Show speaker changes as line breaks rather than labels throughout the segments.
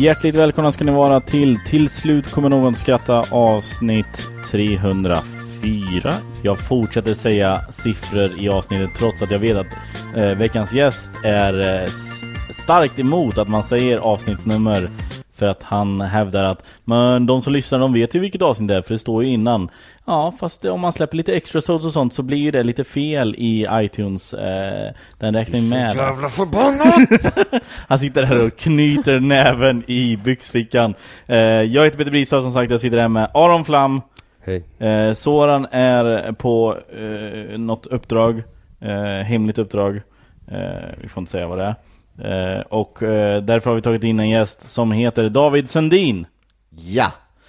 Hjärtligt välkomna ska ni vara till Till slut kommer någon skratta avsnitt 304. Jag fortsätter säga siffror i avsnittet trots att jag vet att eh, veckans gäst är eh, s- starkt emot att man säger avsnittsnummer för att han hävdar att men de som lyssnar de vet ju vilket avsnitt det är för det står ju innan. Ja fast om man släpper lite extra sods och sånt så blir ju det lite fel i iTunes. Eh, den räknar ju med. det. Han sitter här och knyter näven i byxfickan. Eh, jag heter Peter Bristad som sagt, jag sitter här med Aron Flam.
Hej.
Eh, Soran är på eh, något uppdrag, eh, hemligt uppdrag. Eh, vi får inte säga vad det är. Eh, och eh, därför har vi tagit in en gäst som heter David Sundin.
Ja!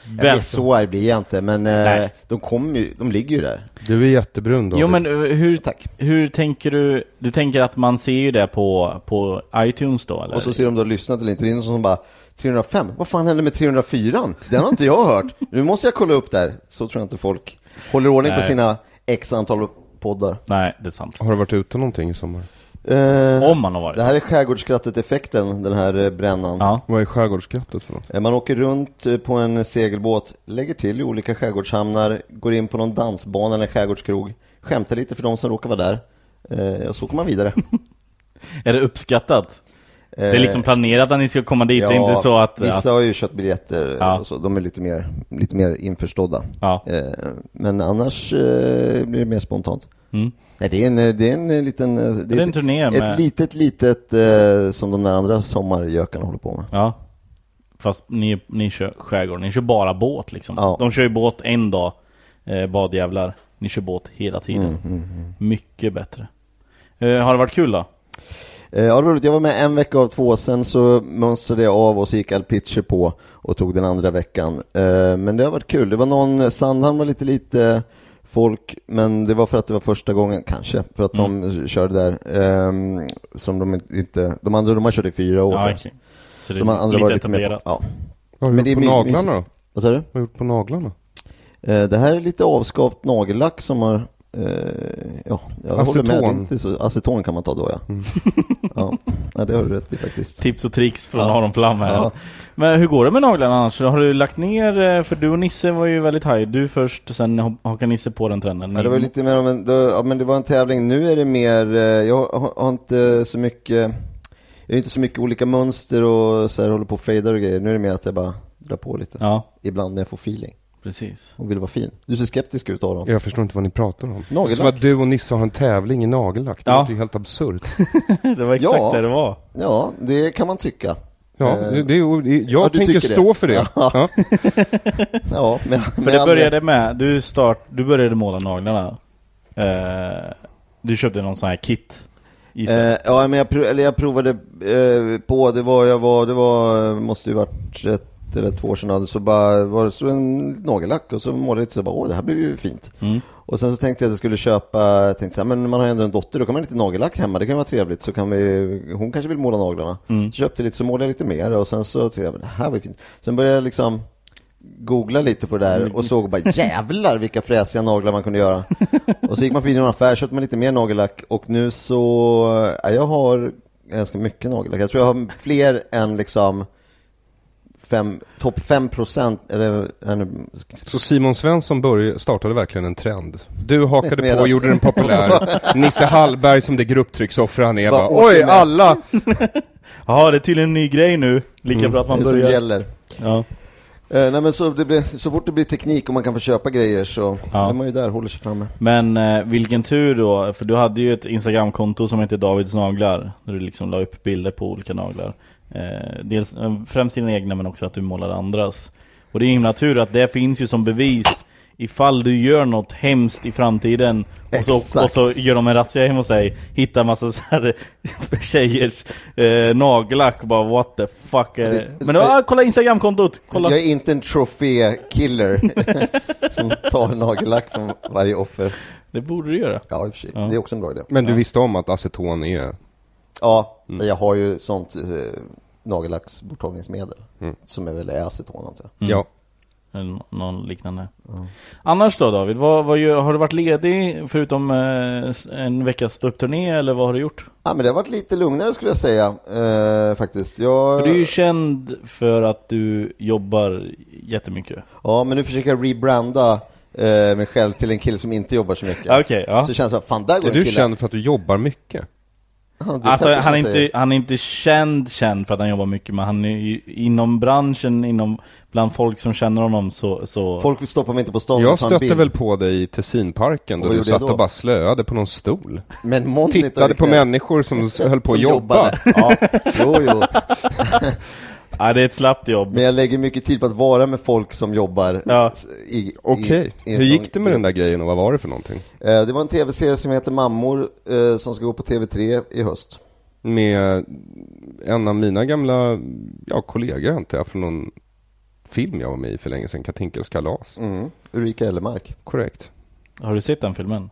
Jag
Välkommen.
blir så arg blir jag inte, men eh,
Nej.
de kommer ju, de ligger ju där.
Du är jättebrun David.
Jo men eh, hur,
Tack.
hur tänker du? Du tänker att man ser ju det på, på iTunes då eller?
Och så ser de om du har lyssnat eller inte. Det är någon som bara 305, vad fan hände med 304? Den har inte jag hört. Nu måste jag kolla upp där. Så tror jag inte folk håller ordning på
Nej.
sina x antal poddar.
Nej, det är sant.
Har du varit ute någonting i sommar?
Eh,
Om man har varit
det här är skärgårdsskrattet-effekten, den här eh, brännan.
Ja.
Vad är skärgårdsskrattet för något?
Eh, Man åker runt eh, på en segelbåt, lägger till i olika skärgårdshamnar, går in på någon dansbana eller skärgårdskrog, skämtar lite för de som råkar vara där. Eh, och så åker man vidare.
Är det uppskattat? Det är
Eh,
liksom planerat att ni ska komma dit, det är inte så att...
Vissa
att
har ju köpt biljetter
Ja.
och så, de är lite mer, lite mer införstådda.
Ja.
Eh, Men annars eh, blir det mer spontant. Nej, det är en, eh, det är en eh, liten... eh,
Mm. det är en turné
ett,
med...
ett litet, litet eh, som de där andra sommarjökarna håller på med.
ja. Fast ni, ni kör skärgård, ni kör bara båt liksom.
Ja.
De kör ju båt en dag, eh, badjävlar. Ni kör båt hela tiden.
Mm,
Mycket bättre. Eh, har det varit kul då?
Eh, Ja, det var roligt. Jag var med en vecka av två, sen så mönstrade jag av och så gick Al Pitcher på och tog den andra veckan. Eh, Men det har varit kul. Det var någon, eh, Sandhamn var lite lite folk, men det var för att det var första gången, kanske, för att
Mm.
de körde där. eh, Som de inte, de andra de har kört i fyra år.
Ja,
kanske.
exakt. Så det
de andra
är
var
lite
lite mer,
etablerat.
ja.
Vad har du
Men det
gjort
är
på
my-
naglarna då?
Vad sa du?
Vad har du gjort på naglarna?
Eh, Det här är lite avskavt nagellack som har eh, Ja, jag håller med. Det är
Aceton.
Inte så, aceton kan man ta då ja. ja. ja det har du rätt i faktiskt.
Tips och tricks från
Ja.
Aron Flam här.
Ja.
Men hur går det med naglarna annars? Har du lagt ner, eh, för du och Nisse var ju väldigt high. Du först, sen ho- hakar Nisse på den trenden.
Ja, det var ju lite mer av en, det, ja, men det var en tävling. Nu är det mer, eh, jag har, har inte så mycket, jag har inte så mycket olika mönster och så här håller på och fejdar och grejer. Nu är det mer att jag bara drar på lite.
Ja,
Ibland när jag får feeling
precis.
och vill vara fin. Du ser skeptisk ut Aron.
Jag förstår inte vad ni pratar om.
Nagellack.
Som att du och Nisse har en tävling i nagellack. Det
Ja.
låter ju helt absurt.
Det var exakt
Ja.
det det var.
Ja, det kan man tycka.
Ja,
Eh,
det, det, är- jag
ja, du
tänker
tycker det.
stå för det.
Ja.
Ja.
Ja, men, men
För det
jag-
började med, du, start, du började måla naglarna eh, Du köpte någon sån här kit gissar jag.
Eh, ja, men jag, prov, eller jag provade eh, på, det var, jag var, det var, eh, måste ju varit ett eller två år sedan, så bara var det så en nagellack och så målade jag lite så bara, åh det här blev ju fint. Och sen så tänkte jag att jag skulle köpa, jag tänkte så här, men man har ju ändå en dotter, då kan man lite nagellack hemma, det kan vara trevligt, så kan vi, hon kanske vill måla naglarna. Så köpte jag lite, så målade jag lite mer och sen så tyckte jag, men det här var ju fint. Sen började jag liksom googla lite på det där och såg bara jävlar vilka fräsiga naglar man kunde göra. Och så gick man förbi någon affär, köpte man lite mer nagellack och nu så, ja, jag har ganska mycket nagellack. Jag tror jag har fler än liksom fem, topp 5 procent, eller är nu-
Så Simon Svensson började, startade verkligen en trend. Du hakade
Medan-
på och gjorde den populär. Nisse Hallberg som det grupptrycksoffer han är
Bara
bara, oj
åker med."
alla!
Jaha, det är tydligen en ny grej nu. Lika bra att man
Mm. det är som
börjar...
gäller.
Ja.
Eh, nej men så, det blir, så fort det blir teknik och man kan få köpa grejer så
Ja.
är man ju där håller sig framme.
Men eh, vilken tur då, för du hade ju ett instagramkonto som hette Davids naglar Där du liksom la upp bilder på olika naglar eh, dels, eh, Främst dina egna men också att du målar andras Och det är himla tur att det finns ju som bevis Ifall du gör något hemskt i framtiden och så,
Exakt.
och så gör de en razzia hemma hos dig Hittar massa så här tjejers eh, nagellack bara what the fuck är det? Men ah, kolla instagramkontot! Kolla!
Jag är inte en trofé-killer som tar nagellack från varje offer.
Det borde du göra
Ja, i och för sig. Det är också en bra idé.
Men du visste om att aceton är...
Ja,
Mm.
jag har ju sånt eh, nagellacksborttagningsmedel
Mm.
som är väl är aceton antar jag.
Ja.
Eller nå- någon liknande. Annars då David, vad, vad gör, har du varit ledig förutom eh, s- en veckas ståuppturné eller vad har du gjort?
Ja, men det har varit lite lugnare skulle jag säga eh, faktiskt. Jag,
För du är ju känd för att du jobbar jättemycket.
Ja, men nu försöker jag rebranda eh, mig själv till en kille som inte jobbar så
Ah,
mycket.
Okej, ja.
Så det känns det som, fan där går
Är
en
du
kille.
känd för att du jobbar mycket?
Ja, det är
Alltså
Pettersson
han är,
säger.
inte, han är inte känd känd för att han jobbar mycket men han är ju inom branschen, inom, bland folk som känner honom så... så
Folk stoppar mig inte på stan
Jag
och tar en
stötte
bild.
väl på dig i Tessinparken
Och
då
vad
du
gjorde jag
satt och
då?
bara slöade på någon stol.
Men monitor
Tittade
i
på
knät.
människor som s- höll på att
Som
jobba.
jobbade. Ja, jo, jo.
ja, Ah, det är ett slappt jobb.
Men jag lägger mycket tid på att vara med folk som jobbar.
Ja.
i- i-
Okej,
i en
hur
sån
gick det med
grupp.
den där grejen och vad var det för någonting?
Eh, Det var en tv-serie som heter Mammor eh, som ska gå på TV3 i höst.
Med en av mina gamla ja, kollegor antar jag, från någon film jag var med i för länge sedan, Katinkas kalas.
Mm. Ulrika Ellemark.
Korrekt.
Har du sett den filmen?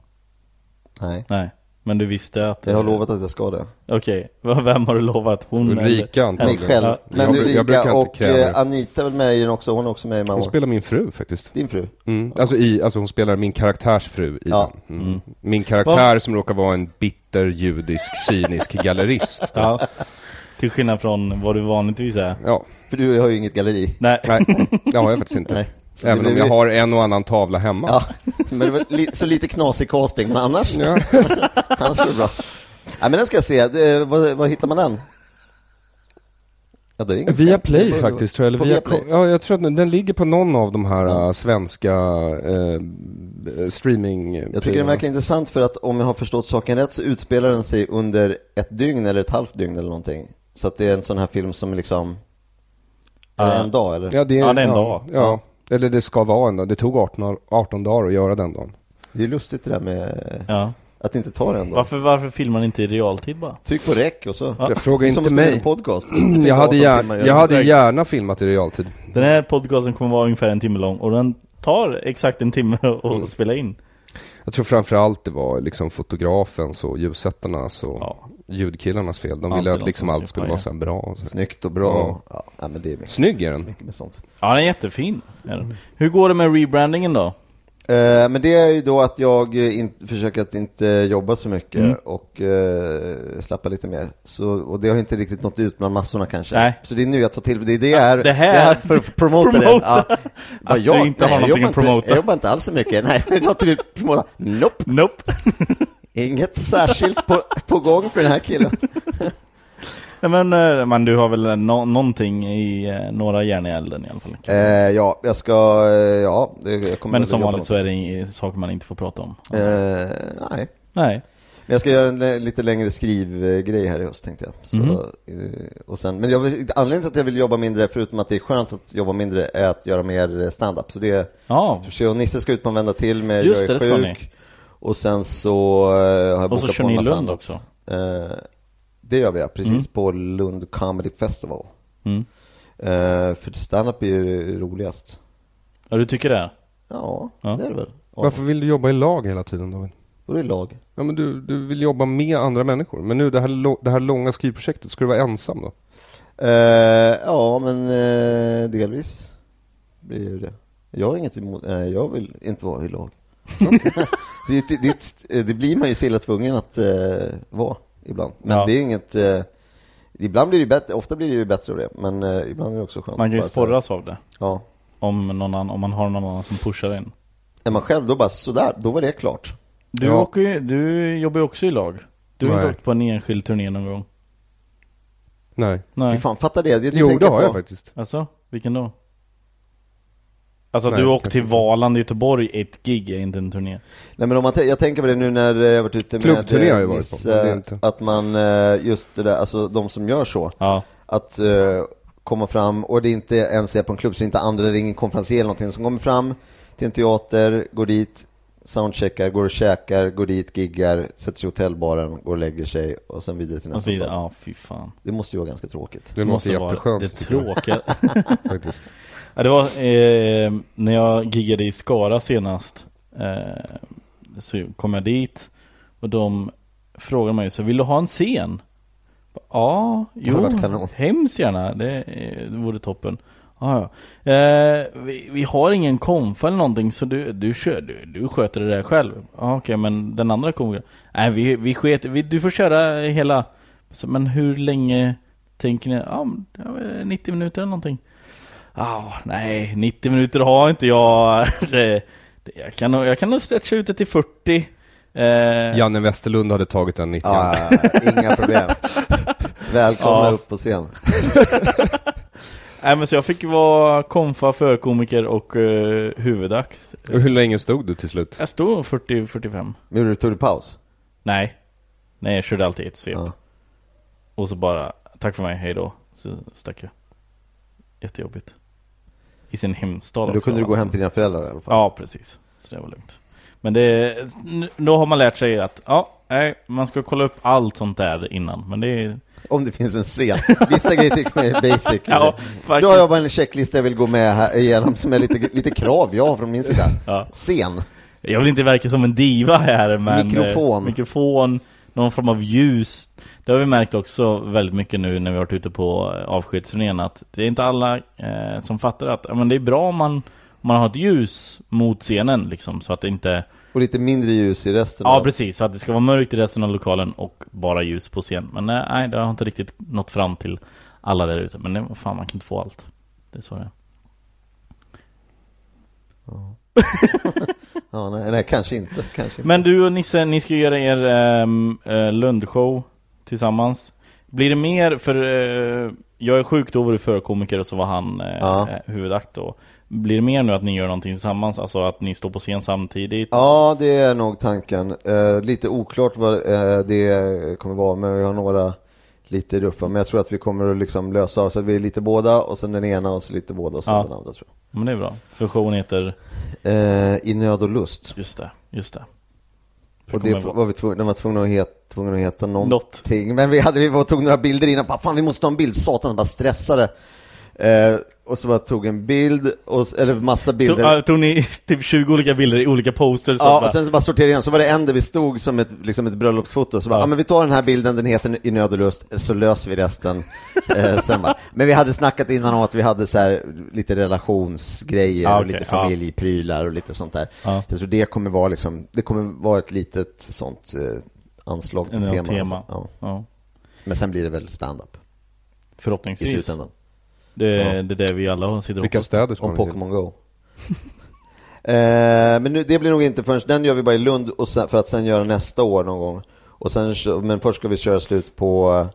Nej.
Nej. Men du visste att...
Jag
Eh,
har lovat att jag ska det.
Okej, v- vem har du lovat? Hon
Ulrika
eller-
Mig
antagligen.
själv. Men
jag, bru- jag
Ulrika
brukar inte
och
kräva
eh,
det.
Anita är väl med i den också. Hon är också med i
Hon
Mammor.
spelar min fru faktiskt.
Din fru.
Mm. Alltså, i, alltså hon spelar min karaktärs fru i
Ja.
den. Mm. Min karaktär som råkar vara en bitter judisk cynisk gallerist.
Ja. Till skillnad från vad du vanligtvis är.
Ja,
För du har ju inget galleri.
Nej.
nej, det har jag faktiskt inte.
Nej. Så
Även
det
om
blir-
jag har en och annan tavla hemma.
Ja, men det var li- så lite knasig casting, men annars,
Ja.
annars är det bra. Ja, men den ska jag se. Eh, Vad, vad hittar man den? Ja, det är inget
Via
skämt.
Play
Det var-
faktiskt tror jag, eller
På
via
Viaplay?
Ja, jag tror att den, den ligger på någon av de här äh, svenska äh, streaming
Jag tycker den verkar intressant för att om jag har förstått saken rätt så utspelar den sig under ett dygn eller ett halvt dygn eller någonting. Så att det är en sån här film som liksom, är det en dag eller?
Ja, det är,
Ja, det är en
ja,
dag.
Ja. eller det ska vara en dag. Det tog 18, 18 dagar att göra den dagen.
Det är lustigt det där med
Ja.
att inte ta det en dag.
Varför, varför filmar ni inte i realtid bara?
Tryck på räck och så.
Jag frågar
som
inte
att spela
mig.
en podcast.
Jag hade, gärna, jag hade
Exakt.
gärna filmat i realtid.
Den här podcasten kommer vara ungefär en timme lång och den tar exakt en timme att
Mm.
att spela in.
Jag tror framförallt det var liksom fotografens och ljussättarnas och
Ja.
ljudkillarnas fel. De
Alltid
ville
någon
att
som
liksom
ser
allt skulle
paja.
vara så här bra. Och så.
Snyggt och
Mm.
bra. Ja, ja men det är mycket,
Snygg är den.
mycket med sånt.
Ja, den är jättefin. Är
Mm.
den. Hur går det med rebrandingen då?
Eh, men det är ju då att jag eh, in, försöker att inte jobba så mycket
Mm.
och eh, slappa lite mer. Så, och det har inte riktigt nått ut bland massorna kanske.
Nej.
Så det är nu jag tar till det. är Det är
det här-
jag är här för att promota det.
Promota.
Ja. Bara,
Att du inte har
jag
någonting
jobbar
att promota.
Inte, jag jobbar inte alls så mycket. Nej, men något du vill promota? Nope.
Nope.
Inget särskilt på, på gång för den här killen.
Nej, men, eh, men du har väl nå- någonting i eh, några järn i elden i alla fall.
Eh, ja, jag ska... Eh, ja, det, jag kommer
Men
att
som
jobba
vanligt så är det i- saker man inte får prata om.
något. Eh, nej.
Nej.
Men jag ska göra en eh, lite längre skrivgrej här i höst tänkte jag. Så,
Mhm.
eh, och sen, men jag vill, anledningen till att jag vill jobba mindre, förutom att det är skönt att jobba mindre, är att göra mer eh, stand-up. Så det
Ja.
så jag och Nisse ska ut på en vända till med
Just
Jag är
det, det ska
sjuk. Och sen så eh, har jag
Och så
bokat
kör
på en
ni i
massa
Lund
annat.
också. Mm.
Eh, det gör vi ja, precis. På Lund Comedy Festival. Eh, för stand-up är ju roligast.
ja, du tycker det?
Ja,
Ja.
det är det väl. Ja.
Varför vill du jobba i lag hela tiden David?
Då är det lag.
Ja, men du, du vill jobba med andra människor. Men nu det här, lo- det här långa skrivprojektet, ska du vara ensam då?
Eh, ja, men eh, delvis blir det Jag har inget emot, nej, jag vill inte vara i lag. det, det, det, det blir man ju så illa tvungen att eh, vara ibland. Men
Ja.
det är inget, eh, Ibland blir det ju bättre, ofta blir det ju bättre av det, men eh, ibland är det också skönt.
Man kan ju
att bara så här-
sporras av det.
Ja.
Om, någon annan, om man har någon annan som pushar in.
Är man själv då bara sådär, då var det klart.
Du,
Ja.
åker ju, du jobbar ju också i lag. Du har inte
Nej.
åkt på en enskild turné någon gång.
Nej.
Fy
Nej.
fan, fatta det. det
Jo, det
tänker
har jag
på.
faktiskt.
Alltså, vilken då? Alltså
Nej,
du åkte till
kanske inte.
Valand i Göteborg, ett gig är inte en turné.
Nej men om man t- jag tänker på det nu när eh, jag varit ute med
Klubbturné
eh,
har jag varit på,
Nisse,
men det är inte-
att man, eh, just det där, alltså de som gör så,
Ja.
att eh, komma fram, och det är inte ens är på en klubb, så det är inte andra, det är ingen konferenser eller någonting, som kommer fram till en teater, går dit, soundcheckar, går och käkar, går dit, giggar, sätter sig i hotellbaren, går och lägger sig och sen vidare till
Och
nästa
så vidare.
stad.
alltså, Ja, fy fan.
Det måste ju vara ganska tråkigt.
Det låter
måste vara
jätteskönt.
Det
tycker jag,
tråkiga.
faktiskt.
Ja, det var eh, när jag giggade i Skara senast eh, Så kom jag dit Och de frågade mig så Vill du ha en scen? Ja,
hade
jo,
varit kanon.
hemskt gärna Det, eh, det vore toppen Ja, ja. eh, vi, vi har ingen konfa eller någonting så du, du, kör, du, du sköter det där själv ah, Okej, men den andra komikern Nej, vi, vi sket, vi, du får köra hela så, Men hur länge tänker ni? Ja, men, ja, 90 minuter eller någonting Ah, nej, 90 minuter har inte jag. Det- det- jag, kan, nog- jag kan nog stretcha ut det till 40. Eh,
Janne Westerlund hade tagit den 90
Ja, inga problem. Välkomna
Ja.
upp på scen.
Nej, men så jag fick vara konfa, förkomiker och eh, huvudakt.
Och hur länge stod du till slut?
Jag stod 40-45.
Men gjorde du tog du paus?
Nej. Nej, jag körde alltid ett svep.
Ja.
Och så bara, tack för mig, hej då. Så stack jag. Jättejobbigt. I sin hemstad
Men då
också,
kunde du
va?
gå hem till dina föräldrar i alla fall.
Ja, precis. Så det var lugnt. Men det, nu- då har man lärt sig att, ja, nej, man ska kolla upp allt sånt där innan. Men det är...
Om det finns en scen. Vissa grejer tycker man är basic.
Ja,
Då har
faktiskt.
jag bara en checklista jag vill gå med här igenom som är lite, lite krav jag har från min sida.
Ja.
Scen.
Jag vill inte verka som en diva här, men...
Mikrofon.
Eh, mikrofon, någon form av ljus. Det har vi märkt också väldigt mycket nu när vi har varit ute på eh, avskedsturnén, att det är inte alla eh, som fattar att ja, men det är bra om man, om man har ett ljus mot scenen, liksom, så att det inte...
Och lite mindre ljus i resten.
Ja
av-
precis, så att det ska vara mörkt i resten av lokalen och bara ljus på scen. Men eh, nej, nej, det har inte riktigt nått fram till alla där ute. Men det, fan, man kan inte få allt. Det är så det är.
Ja, nej, nej, kanske inte. Kanske inte.
Men du och Nisse, ni ska göra er ehm, eh, Lundshow tillsammans. Blir det mer, för eh, jag är sjuk, då var du förkomiker och så var han eh,
Ja.
eh, huvudakt då. Blir det mer nu att ni gör någonting tillsammans? Alltså att ni står på scen samtidigt?
Ja, det är nog tanken. Eh, lite oklart vad eh, det kommer vara, men vi har några lite ruffa. Men jag tror att vi kommer att liksom lösa av så att vi är lite båda och sen den ena och så lite båda och sen
Ja.
den andra tror jag.
Men det är bra. För showen heter,
Eh, I nöd och lust.
just det, just det.
Och det
kommer jag
var vi tvungna, den var tvungna att, het, tvungna att heta någonting.
Något.
Men vi, hade, vi var, tog några bilder innan, bara, fan vi måste ta en bild, satan, bara stressade. Eh, och så bara tog en bild, och, s- eller massa bilder.
Tog, ja, tog ni typ 20 olika bilder i olika poster? Så
Ja,
bara-
och sen så bara sorterade jag igenom, så var det en där vi stod som ett, liksom ett bröllopsfoto, så bara, ja.
Ja.
men vi tar den här bilden, den heter I nöd och lust, så löser vi resten eh, sen bara. Men vi hade snackat innan om att vi hade så här, lite relationsgrejer,
Ja,
och
okej,
lite
ja.
familjeprylar och lite sånt där.
Ja.
Så jag tror det kommer vara liksom, det kommer vara ett litet sånt eh, anslag till
Eller
tema.
något tema.
Ja.
Ja.
Men sen blir det väl stand-up i
Förhoppningsvis.
slutändan.
Det,
Ja.
det är det vi alla sitter och
Vilka
hoppas.
städer ska
Om
man till?
Pokémon Go. eh, men nu, det blir nog inte förrän, den gör vi bara i Lund och sen, för att sen göra nästa år någon gång. Och sen, kö- men först ska vi köra slut på, eh,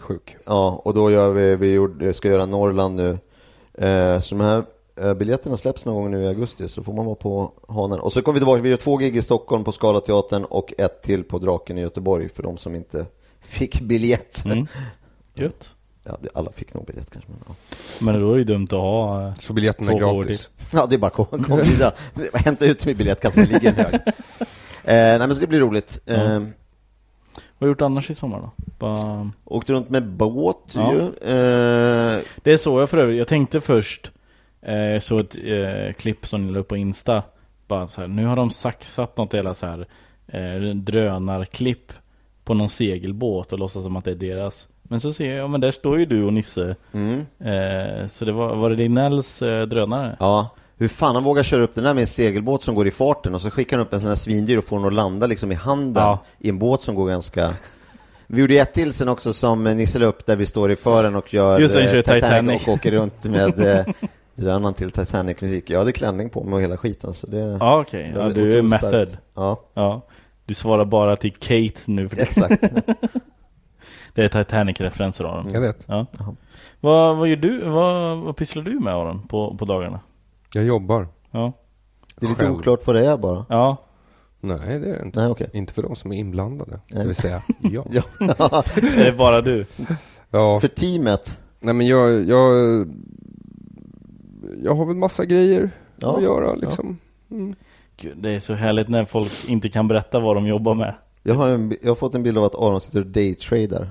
Sjuk.
ja, och då gör vi, vi gjorde, ska göra Norrland nu. Eh, så de här eh, biljetterna släpps någon gång nu i augusti, så får man vara på hanen. Och så kommer vi tillbaka, vi gör två gig i Stockholm på Scalateatern och ett till på Draken i Göteborg för de som inte fick biljett.
Mm. Gött.
Ja, det- alla fick nog biljett kanske. Men, ja.
Men då är det ju dumt att ha... eh,
Så biljetterna är
Två år
gratis.
Ja, det är bara att kom- kom vidare. Hämta ut min biljettkassa, den ligger i en hög. Eh, nej, men så det blir roligt. Eh,
Vad har du gjort annars i sommar då? Bara...
åkte runt med båt
Ja.
ju. Eh,
Det såg jag för övrigt. Jag tänkte först, eh, jag såg ett eh, klipp som ni la upp på Insta. Bara så här, nu har de saxat något hela så här eh, drönarklipp på någon segelbåt och låtsas som att det är deras. Men så ser jag, ja men där står ju du och Nisse.
Mm.
Eh, så det var, var det Linnells eh, drönare?
ja. Hur fan han vågar köra upp den där med en segelbåt som går i farten och så skickar han upp en sån här svindyr och får den att landa liksom i handen
Ja.
i en båt som går ganska... Vi gjorde ju ett till sen också som Nisse la upp där vi står i fören och gör
Just det,
eh,
kör Titanic.
och åker runt med eh, drönaren till Titanic-musik. Jag hade klänning på mig och hela skiten så det...
Ja, okej.
det var
Ja, du är
otroligt
method.
starkt. Ja,
Ja. Du svarar bara till Kate nu för det-
exakt.
det är Titanic-referenser Aron.
Jag vet.
Ja. Vad, vad gör du? Vad, vad pysslar du med Aron på, på dagarna?
Jag jobbar.
Ja.
Det är lite
Själv.
oklart vad det är bara.
Ja.
Nej, det är det inte.
Nej, okej.
Inte för de som är inblandade.
Nej.
Det vill säga jag.
Ja.
Är det bara du?
Ja.
För teamet.
Nej men jag, jag, jag har väl massa grejer
Ja,
att göra liksom.
Gud, det är så härligt när folk inte kan berätta vad de jobbar med.
Jag har, en, jag har fått en bild av att Aron sitter och daytradar.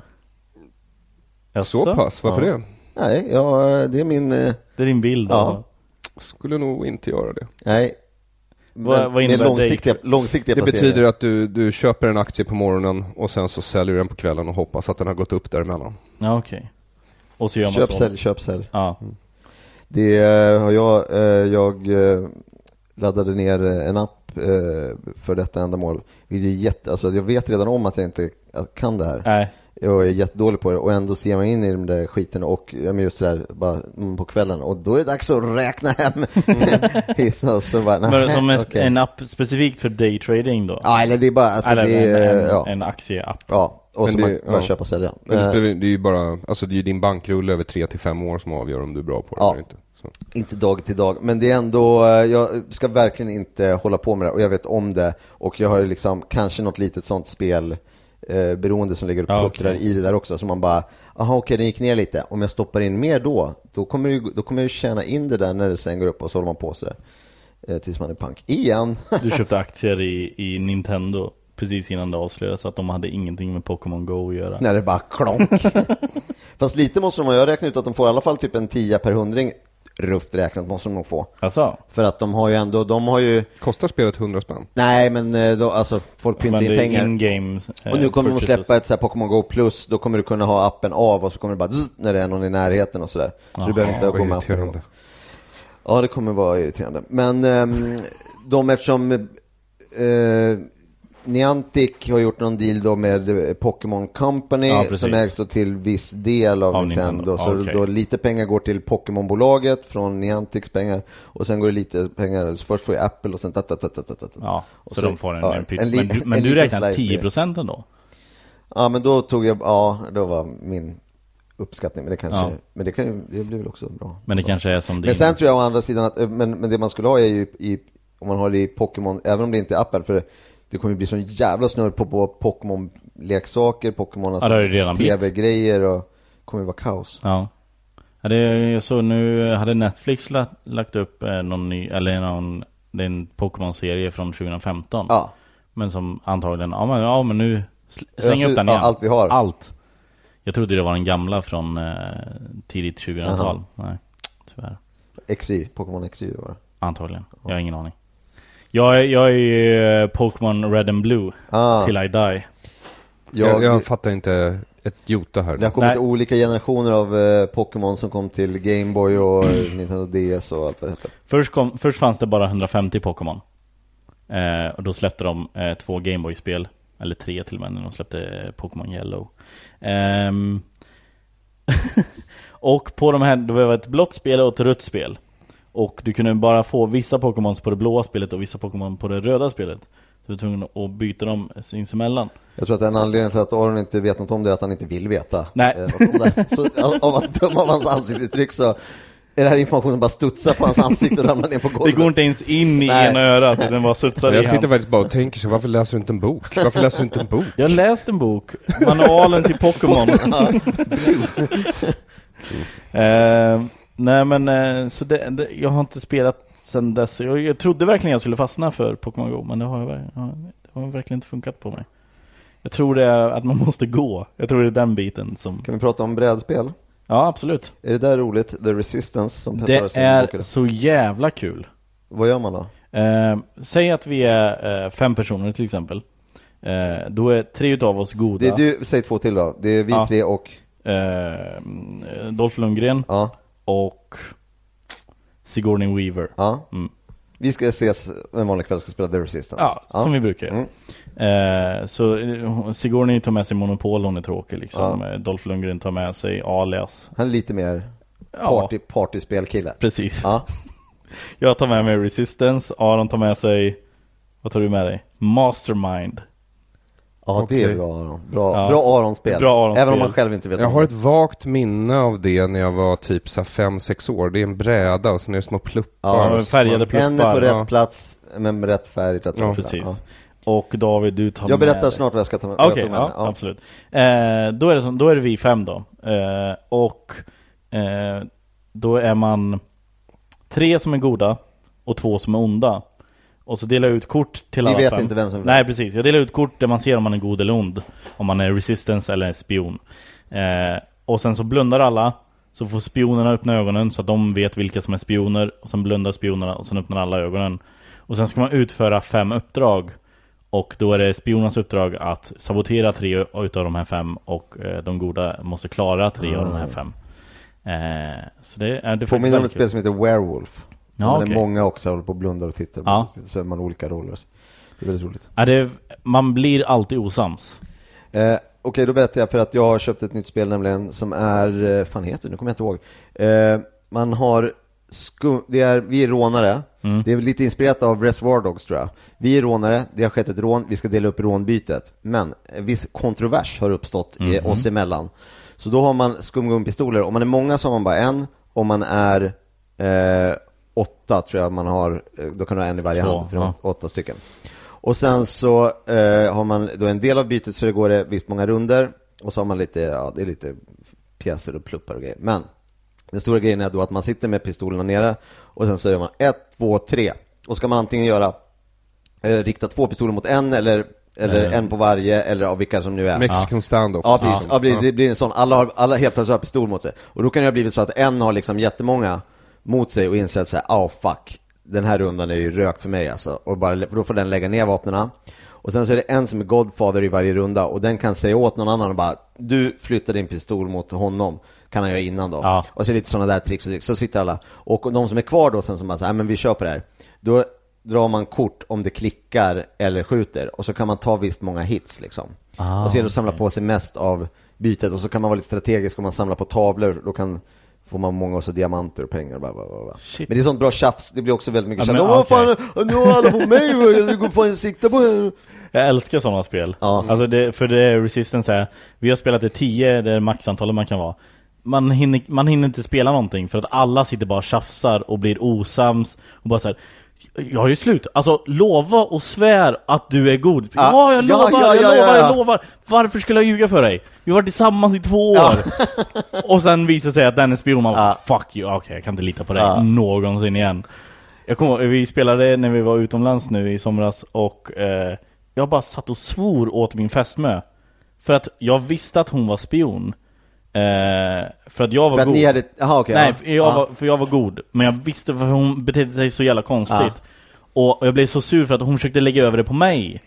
Så
Jaså?
pass, varför
Ja.
det?
Nej, ja, det är min... eh,
Det är din bild?
Ja.
Aron.
Skulle nog inte göra det.
Nej.
Vad-
Men-
vad innebär
men långsiktiga, långsiktiga
Det
placeringar.
betyder att du, du köper en aktie på morgonen och sen så säljer du den på kvällen och hoppas att den har gått upp däremellan.
Ja, okej. Och så gör man
Köp,
så?
sälj, Mm. köp, sälj.
Ja.
Det eh, har jag, eh, jag eh, laddade ner en app eh, för detta ändamål. Vilket är jätte, alltså jag vet redan om att jag inte kan det här.
Nej.
Jag är jättedålig på det och ändå ser man in i den där skiten och ja, men just det där bara, mm, på kvällen och då är det dags att räkna hem hissen. Så bara,
Men som en,
okej.
en app specifikt för daytrading då?
Ja, eller det är bara, alltså
Eller
det är,
en, en,
ja.
en aktieapp?
ja. Och
Men
så
det-
man bara
ja.
köpa och sälja.
Men det,
Eh,
spelar, det är ju bara, alltså det är ju din bankrulle över tre till fem år som avgör om du är bra på det
Ja.
eller inte. Så.
Inte dag till dag, men det är ändå, eh, jag ska verkligen inte hålla på med det och jag vet om det och jag har ju liksom kanske något litet sånt spel eh, beroende som ligger och
Ja,
puttrar
okej.
i det där också så man bara, aha okej den gick ner lite, om jag stoppar in mer då, då kommer, det, ju- då kommer jag ju tjäna in det där när det sen går upp och så håller man på sig eh, tills man är pank. Igen!
Du köpte aktier i, i Nintendo precis innan det avslöjades att de hade ingenting med Pokémon Go att göra.
när det bara klonk. Fast lite måste de ha, jag räknar ut att de får i alla fall typ en 10 per hundring, rufft räknat måste de nog få.
Alltså,
För att de har ju ändå, de har ju
Kostar spelet 100 spänn?
Nej, men eh, då, alltså, folk
men
pyntar
det
in
är
pengar.
in-game eh,
och nu kommer de att
purchases.
släppa ett så här Pokémon Go Plus, då kommer du kunna ha appen av och så kommer det bara zzz, när det är någon i närheten och sådär. Så du behöver inte
Ah, Vad
gå med appen.
irriterande.
Ja, det kommer vara irriterande. Men ehm, de eftersom eh, Niantic har gjort någon deal då med eh, Pokémon Company
Ja, precis.
som ägs då till viss del av
Av
Nintendo.
Nintendo. Ah,
Så
Okej.
då lite pengar går till Pokémon-bolaget från Niantics pengar och sen går det lite pengar, så först får ju Apple och sen ta, ta, ta, ta, ta, ta.
Ja,
Och
så, de får en,
ja,
en pytt.
en li-
Men du, men
en
du
liten
räknar
slice blir det.
10% ändå?
Ja, men då tog jag, ja, då var min uppskattning, men det kanske,
Ja.
men det kan ju, det blir väl också bra.
Men det kanske är som din?
Men sen tror jag å andra sidan att, eh, men, men det man skulle ha är ju i, om man har det i Pokémon, även om det inte är Apple, för det kommer ju bli sån jävla snurr på, på Pokémon-leksaker, Pokémon,
det har ju redan blivit.
TV-grejer och det kommer ju vara kaos.
Ja. ja det, jag såg nu, hade Netflix lagt, lagt upp eh, någon ny, eller någon, det är en Pokémon-serie från 2015.
Ja,
Men som antagligen, ja men, ja, men nu, sl- släng
Alltså,
upp den
ja,
igen.
allt vi har.
Allt. Jag trodde det var den gamla från eh, tidigt 2000-tal. Nej, tyvärr.
XY, Pokémon XY var det.
Antagligen. Jag har ingen aning. Jag, är- jag är ju eh, Pokémon Red and Blue,
Ah.
till I die.
Jag,
Jag,
jag fattar inte ett jota här.
det har kommit
Nej.
olika generationer av eh, Pokémon som kom till Game Boy och eh, Nintendo DS och allt vad det hette.
Först, kom, först fanns det bara 150 Pokémon. Eh, och då släppte de eh, två Gameboy-spel. Eller tre till och med, när de släppte eh, Pokémon Yellow. Ehm, och på de här, det var ett blått spel och ett rött spel. Och du kunde bara få vissa Pokémons på det blåa spelet och vissa Pokémon på det röda spelet. Så du var tvungen att byta dem sinsemellan.
Jag tror att en anledning till att Aron inte vet något om det är att han inte vill veta.
Nej.
eh, något om det. Så av- av att döma av hans ansiktsuttryck så är det här information som bara studsar på hans ansikte och ramlar ner på
Det
golvet.
går inte ens in i
Nej.
ena örat, den bara studsar i
Jag sitter
Alltså, hans-
faktiskt bara och tänker så, varför läser du inte en bok? Varför läser du inte en bok?
Jag har läst en bok, Manualen till Pokémon. eh, nej men, eh, så det, det, jag har inte spelat sen dess. Jag, jag trodde verkligen jag skulle fastna för Pokémon Go, men det har, jag, ver- ja, det har verkligen inte funkat på mig. Jag tror det är att man måste gå. Jag tror det är den biten som...
Kan vi prata om brädspel?
Ja, absolut.
Är det där roligt? The Resistance som Petter har
Det
sin bok
är
idag.
så jävla kul.
Vad gör man då?
Eh, säg att vi är eh, fem personer till exempel. Eh, då är tre utav oss goda.
Det är du, säg två till då. Det är vi
Ja.
tre och,
eh, Dolph Lundgren
ja,
och Sigourney Weaver.
ja.
Mm.
Vi ska ses en vanlig kväll och ska spela The Resistance.
Ja, som vi brukar
Mm.
göra. Eh, så eh, Sigourney tar med sig Monopol, hon är tråkig liksom. Eh, Dolph Lundgren tar med sig Alias.
Han är lite mer
Ja.
party, partyspelkille.
Precis.
Ja.
Jag tar med mig Resistance, Aron tar med sig, vad tar du med dig? Mastermind.
ja, det är
Okej.
bra Aron. Bra,
Ja.
bra Aron-spel.
Bra Aron-spel.
Även om man själv inte vet
Jag
om
har
det.
ett vagt minne av det när jag var typ 5-6 år. Det är en bräda och sen är det små pluppar.
Ja,
och så-
färgade
En är på
pluppar.
rätt
Ja.
plats, men med rätt färg. Rätt
Ja,
ja,
Precis.
Ja.
Och David, du tar
Jag
med
berättar
dig-
snart vad jag ska ta med vad
Okej,
jag tog med
ja,
mig. Ja.
absolut. Eh, då, är det som, då är det vi fem då. Eh, och eh, då är man tre som är goda och två som är onda. Och så delar jag ut kort till
Vi
alla
vet
fem.
inte vem som-
Nej precis, jag delar ut kort där man ser om man är god eller ond. Om man är resistance eller spion. Eh, och sen så blundar alla, så får spionerna öppna ögonen så att de vet vilka som är spioner. Och sen blundar spionerna och sen öppnar alla ögonen. Och sen ska man utföra fem uppdrag. Och då är det spionernas uppdrag att sabotera tre utav de här fem och eh, de goda måste klara tre av de här fem. Eh, så det är det är
Ah. Påminner om ett
väldigt kul.
spel som heter Werewolf.
Ja,
Ja,
okej.
är Många också håller på och blundar och tittar.
Ja.
Så är man olika roller. Det är väldigt roligt.
Ja, det är, man blir alltid osams.
Eh, Okej, då berättar jag för att jag har köpt ett nytt spel nämligen som är, eh, fan heter det? Nu kommer jag inte ihåg. Eh, man har, skum, det är, vi är rånare. Det är väl lite inspirerat av Reservoir Dogs tror jag. Vi är rånare, det har skett ett rån, vi ska dela upp rånbytet. Men en viss kontrovers har uppstått i- oss emellan. Så då har man skumgumpistoler. Om man är många så har man bara en. Om man är eh, åtta tror jag man har, eh, då kan du ha en i varje
Två,
hand. För det
ja.
var åtta stycken. Och sen så eh, har man då en del av bytet så det går det visst många runder och så har man lite, ja det är lite pjäser och pluppar och grejer. Men den stora grejen är då att man sitter med pistolerna nere och sen så gör man ett, två, tre. Och ska man antingen göra, eh, rikta två pistoler mot en eller, eller en på varje eller av vilka som nu är.
Mexican standoff.
Ja, precis. Ja. precis. Det blir en sån, alla, har, alla helt plötsligt har pistol mot sig. Och då kan det ha blivit så att en har liksom jättemånga mot sig och insett så här, ah fuck, den här rundan är ju rökt för mig alltså. Och bara, för då får den lägga ner vapnen. Och sen så är det en som är Godfather i varje runda och den kan säga åt någon annan och bara, du flyttar din pistol mot honom. Kan han göra innan då.
Ja.
Och så lite sådana där tricks och tricks. Så sitter alla. Och de som är kvar då sen som bara så här, "Nej, men vi kör på det här. Då drar man kort om det klickar eller skjuter. Och så kan man ta visst många hits liksom.
Ah,
och så gäller det att samla på sig mest av bytet. Och så kan man vara lite strategisk om man samlar på tavlor. Då kan Får man många också diamanter och pengar och bla, bla, bla, bla. Men det är sånt bra tjafs, det blir också väldigt mycket
Ja,
tjafs.
men,
Åh vad
okej.
fan, nu har alla på mig, vad är det? du går fan sikta på...
Jag älskar sådana spel.
Ja. Mm.
Alltså det, för det är Resistance är, vi har spelat det 10, det är maxantalet man kan vara. Man hinner, man hinner inte spela någonting för att alla sitter bara och tjafsar och blir osams och bara såhär jag är ju slut. Alltså lova och svär att du är god. Ja, jag
ja,
lovar, jag
ja, ja,
lovar,
ja, ja.
jag lovar. Varför skulle jag ljuga för dig? Vi har varit tillsammans i två år. och sen visar det sig att den är spion. Man bara, fuck you, okej jag kan inte lita på dig någonsin igen. Jag kommer ihåg, vi spelade när vi var utomlands nu i somras och eh, jag bara satt och svor åt min fästmö. För att jag visste att hon var spion. Eh, för att jag var
För att
god.
ni hade... Jaha okej.
Nej,
ja.
för jag, var, för jag var god. Men jag visste för hon betedde sig så jävla konstigt. Och och jag blev så sur för att hon försökte lägga över det på mig.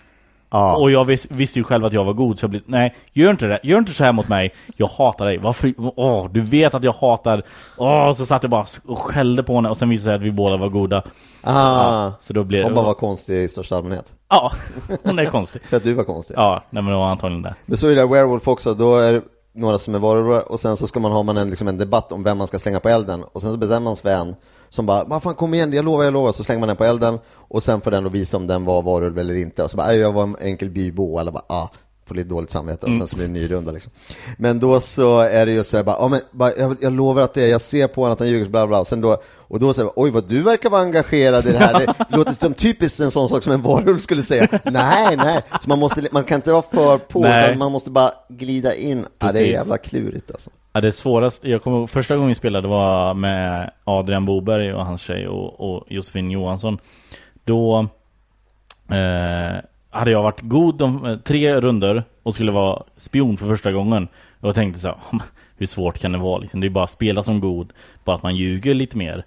Och jag vis, visste ju själv att jag var god, så jag blev nej, gör inte det. Gör inte så här mot mig. Jag hatar dig. Varför? Åh, du vet att jag hatar... Åh, så satt jag bara och skällde på henne och sen visade det sig att vi båda var goda.
Ah.
Så då blir det...
Hon bara var konstig i största allmänhet.
Ja, hon är konstig.
För att du var konstig.
Ja, nej, men det var antagligen det.
Men så är det där Werewolf också, då är det några som är varulvar och sen så ska man ha man en, liksom en debatt om vem man ska slänga på elden och sen så bestämmer man sig för en som bara "Vad fan kom igen, jag lovar, jag lovar” så slänger man den på elden och sen får den då visa om den var varulv eller inte och så bara "Aj, “jag var en enkel bybo” eller bara “ah” får lite dåligt samvete och sen så blir det en ny runda liksom. Men då så är det just sådär bara, ja men bara, jag, jag lovar att det är, jag ser på honom att han ljuger, bla bla, och sen då, och då säger jag, oj vad du verkar vara engagerad i det här, det låter som typiskt en sån sak som en varulv skulle säga. Nej, nej, så man, måste, man kan inte vara för på,
Nej.
utan man måste bara glida in. Ja, det är
Precis.
jävla klurigt alltså.
Ja, det svåraste, jag kommer ihåg, första gången vi spelade var med Adrian Boberg och hans tjej och, och Josefin Johansson. Då eh, hade jag varit god de, eh, tre runder och skulle vara spion för första gången. Och jag tänkte så här, hur svårt kan det vara? Liksom, det är bara att spela som god, bara att man ljuger lite mer.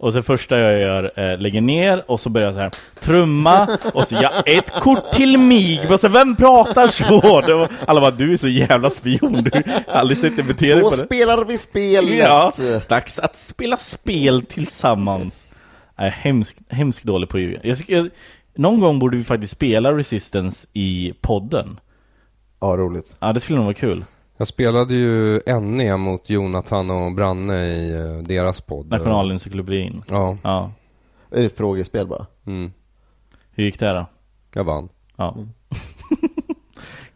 Och så första jag gör, eh, lägger ner och så börjar jag så här trumma och så ja, ett kort till mig. Och så, vem pratar så? Det var, alla bara, du är så jävla spion, du har aldrig sett dig bete dig
Då
på det.
spelar vi spelet!
Ja, dags att spela spel tillsammans. är hemskt, hemskt dålig på att ljuga. Jag, sk- jag, någon gång borde vi faktiskt spela Resistance i podden.
Ja, roligt.
Ja, det skulle nog vara kul.
Jag spelade ju NE mot Jonathan och Branne i eh, deras podd.
Nationalencyklopedin.
Ja,
Ja.
Är det ett frågespel bara?
mm.
Hur gick det då?
jag vann.
Ja.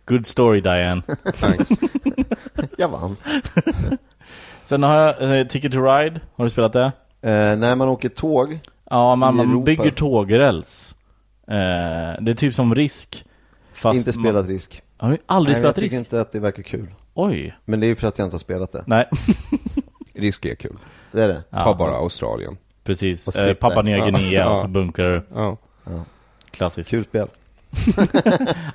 Good story Diane.
Thanks.
Jag vann.
Sen har jag eh, Ticket to Ride. Har du spelat det?
Eh, när man åker tåg,
Ja, man,
I
man
Europa.
bygger tågräls. Eh, det är typ som risk. Fast
inte
man-
spelat risk.
Har du aldrig
Nej, men jag
spelat
tycker
risk?
inte att det verkar kul.
Oj.
Men det är ju för att jag inte har spelat det.
Nej,
Risk är kul.
Det är det.
Ta bara Australien.
precis.
Och
Eh,
sitta.
Pappa Nya
Ja.
Guinea,
Ja.
alltså bunkrar.
Ja.
Klassiskt.
Kul spel.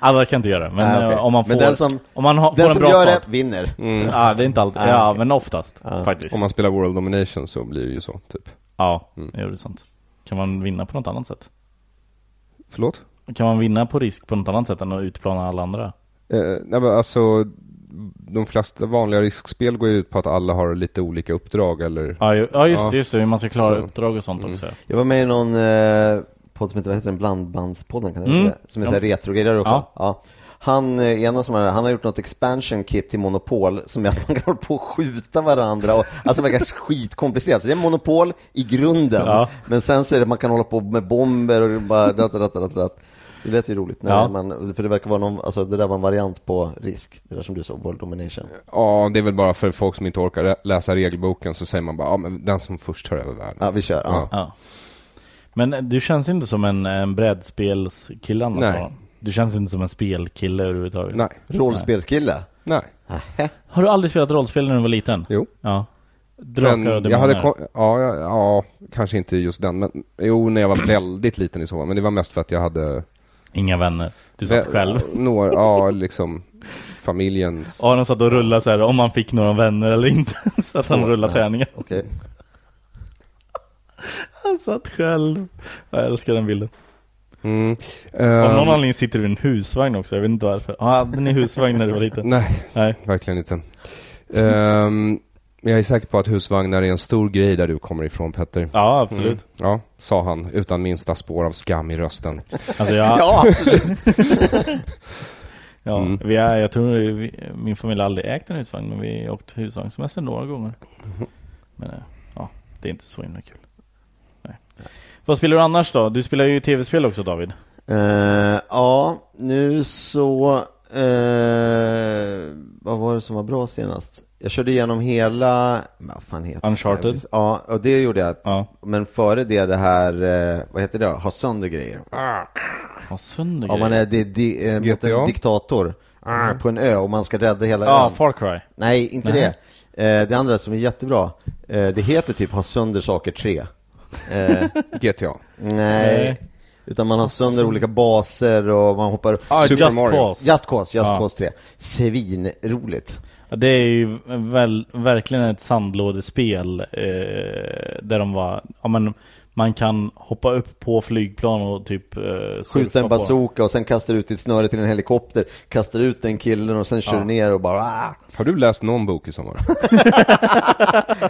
Alla kan inte göra det, men
Nej, okej.
eh, om man får,
Men den som-
om man har,
Den
får en
som
bra
gör
start.
det vinner.
Ja, det är inte alltid.
Nej,
ja,
okej. Ah,
men oftast faktiskt.
Om man spelar World Domination så blir det ju så, typ.
Ja,
Mm.
jo, det är sant. Kan man vinna på något annat sätt?
Förlåt?
Kan man vinna på risk på något annat sätt än att utplana alla andra?
Eh, nej, men alltså, de flesta vanliga riskspel går ju ut på att alla har lite olika uppdrag eller...
Ja, ju, ja just
Ja.
det, just det. Hur man ska klara
Så.
uppdrag och sånt också.
Jag var med i någon eh, podd som heter, vad heter den, Blandbandspodden kan det heta det? Som är såhär retrogrejer också.
Mm. Ja.
Ja. Han, eh, ena som är, han har gjort något expansion kit till Monopol som är att man kan hålla på och skjuta varandra och, alltså det verkar skitkomplicerat. Så det är Monopol i grunden,
Ja.
men sen så är det att man kan hålla på med bomber och bara dat, dat, dat, dat. Det lät ju roligt, när
Ja.
man, för det verkar vara någon, alltså det där var en variant på risk, det där som du sa, World Domination.
Ja, det är väl bara för folk som inte orkar lä- läsa regelboken så säger man bara, ja men den som först tar över världen.
Ja, vi kör. Ja.
Ja. Men eh, du känns inte som en, en brädspelskille annars
Nej.
va? Du känns inte som en spelkille överhuvudtaget.
Nej.
Rollspelskille.
Nej.
Har du aldrig spelat rollspel när du var liten?
Jo.
Ja. Drakar
Men
och demoner.
jag hade kom- ja, ja, ja, kanske inte just den, men jo, när jag var väldigt liten i så fall, men det var mest för att jag hade...
Inga vänner. Du satt
Vä-
själv.
Några, ja, liksom familjens...
Aron satt och rullade så här om han fick några vänner eller inte. Så att han rullade tärningar.
Okej.
Han satt själv. Jag älskar den bilden.
Mm.
Av
Ehm,
någon anledning sitter du i en husvagn också, jag vet inte varför. Ah, hade ni husvagn när du var liten?
Nej,
Nej.
verkligen inte. Ehm, men jag är säker på att husvagnar är en stor grej där du kommer ifrån, Petter.
Ja, absolut.
Mm. Ja, sa han, utan minsta spår av skam i rösten.
Alltså jag, ja, Mm. ja, vi är, jag tror vi, min familj har aldrig ägt en husvagn, men vi har åkt husvagnssemester några gånger. Men eh, ja, det är inte så himla kul. Nej. Vad spelar du annars då? Du spelar ju tv-spel också David.
Eh, ja, nu så... eh, vad var det som var bra senast? Jag körde igenom hela... men Vad fan heter
Uncharted.
det? Ja, och det gjorde jag.
Ja.
Men före det, det här... eh, vad heter det då? Ha sönder grejer.
Ah. Ja, sönder
Om man
grejer.
är det, det, eh, mot
GTA?
en diktator ah, på en ö och man ska rädda hela
Ja,
ön.
Far Cry.
Nej, inte det. Eh, det andra som är jättebra, eh, det heter typ Ha sönder saker 3. Eh,
GTA.
nej. Utan man har sönder olika baser och man hoppar...
Ah,
Super
Just
Mario.
Cause.
Just Cause, Just
Ja.
Cause 3. Svinroligt.
Ja, Det är ju väl, verkligen ett sandlådespel eh, där de var, ja men man kan hoppa upp på flygplan och typ eh, surfa
Skjuta
på
en bazooka och sen kastar ut ditt snöre till en helikopter, kastar ut den killen och sen kör du ner och bara ah!
Har du läst någon bok i sommar?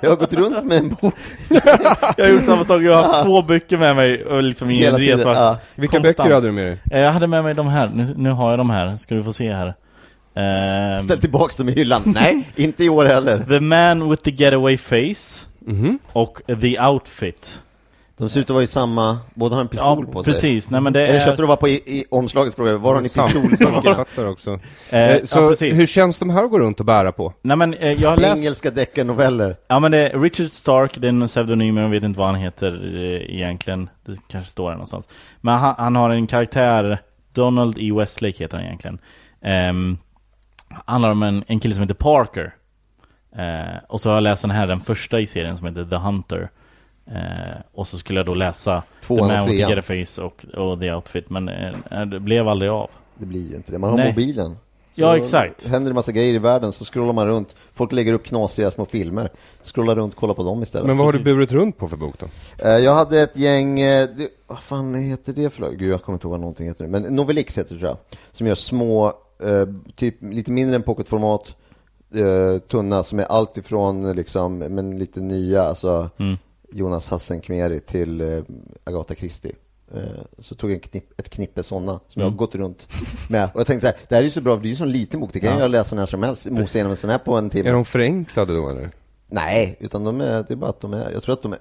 Jag har gått runt med en bok
Jag har gjort samma sak, jag har haft två böcker med mig och liksom i en
Hela tiden,
resa
ja.
Vilka
Konstant.
böcker hade du med dig?
Eh, Jag hade med mig de här, nu, nu har jag de här, ska du få se här Ehm,
Ställ tillbaks dem i hyllan. Nej, inte i år heller.
The Man with the Getaway Face
Mhm.
och The Outfit
De ser ut att vara i samma, båda har en pistol på sig.
precis, nej men det
Eller
är...
köpte de bara på i, i omslaget frågade var har ni
Sam-
pistol?
Jag fattar också.
Eh,
Eh, så
ja, precis.
hur känns de här att gå runt och bära på?
Nej men eh, jag har läst
Engelska deckarnoveller.
Ja men det är Richard Stark, det är en pseudonym, jag vet inte vad han heter eh, egentligen Det kanske står där någonstans Men han, han har en karaktär, Donald E. Westlake heter han egentligen Ehm, Handlar om en, en kille som heter Parker Eh, Och så har jag läst den här, den första i serien som heter The Hunter Eh, Och så skulle jag då läsa
Tvåan
The
och
Man with the
trean.
Getterface och, och The Outfit Men eh, det blev aldrig av
Det blir ju inte det, man har
Nej.
mobilen.
Ja, exakt.
Händer det massa grejer i världen så scrollar man runt. Folk lägger upp knasiga små filmer. Scrollar runt, kollar på dem istället.
Men vad har du burit runt på för bok då?
Eh, Jag hade ett gäng, eh, det- vad fan heter det för lag? Gud, jag kommer inte ihåg vad någonting heter nu. Men Novelix heter det tror jag. Som gör små, eh, typ lite mindre än pocketformat, eh, tunna som är allt ifrån eh, liksom, men lite nya, alltså Jonas Hassenkmeri till eh, Agatha Christie. Eh, Så tog jag en knipp, ett knippe sådana som jag har gått runt med. Och jag tänkte så här, det här är ju så bra, för det är ju en sån liten bok, det kan jag läsa när som helst, mosa igenom en sån här på en timme.
Är de förenklade då eller?
Nej, utan de är, det är bara att de är, jag tror att de är,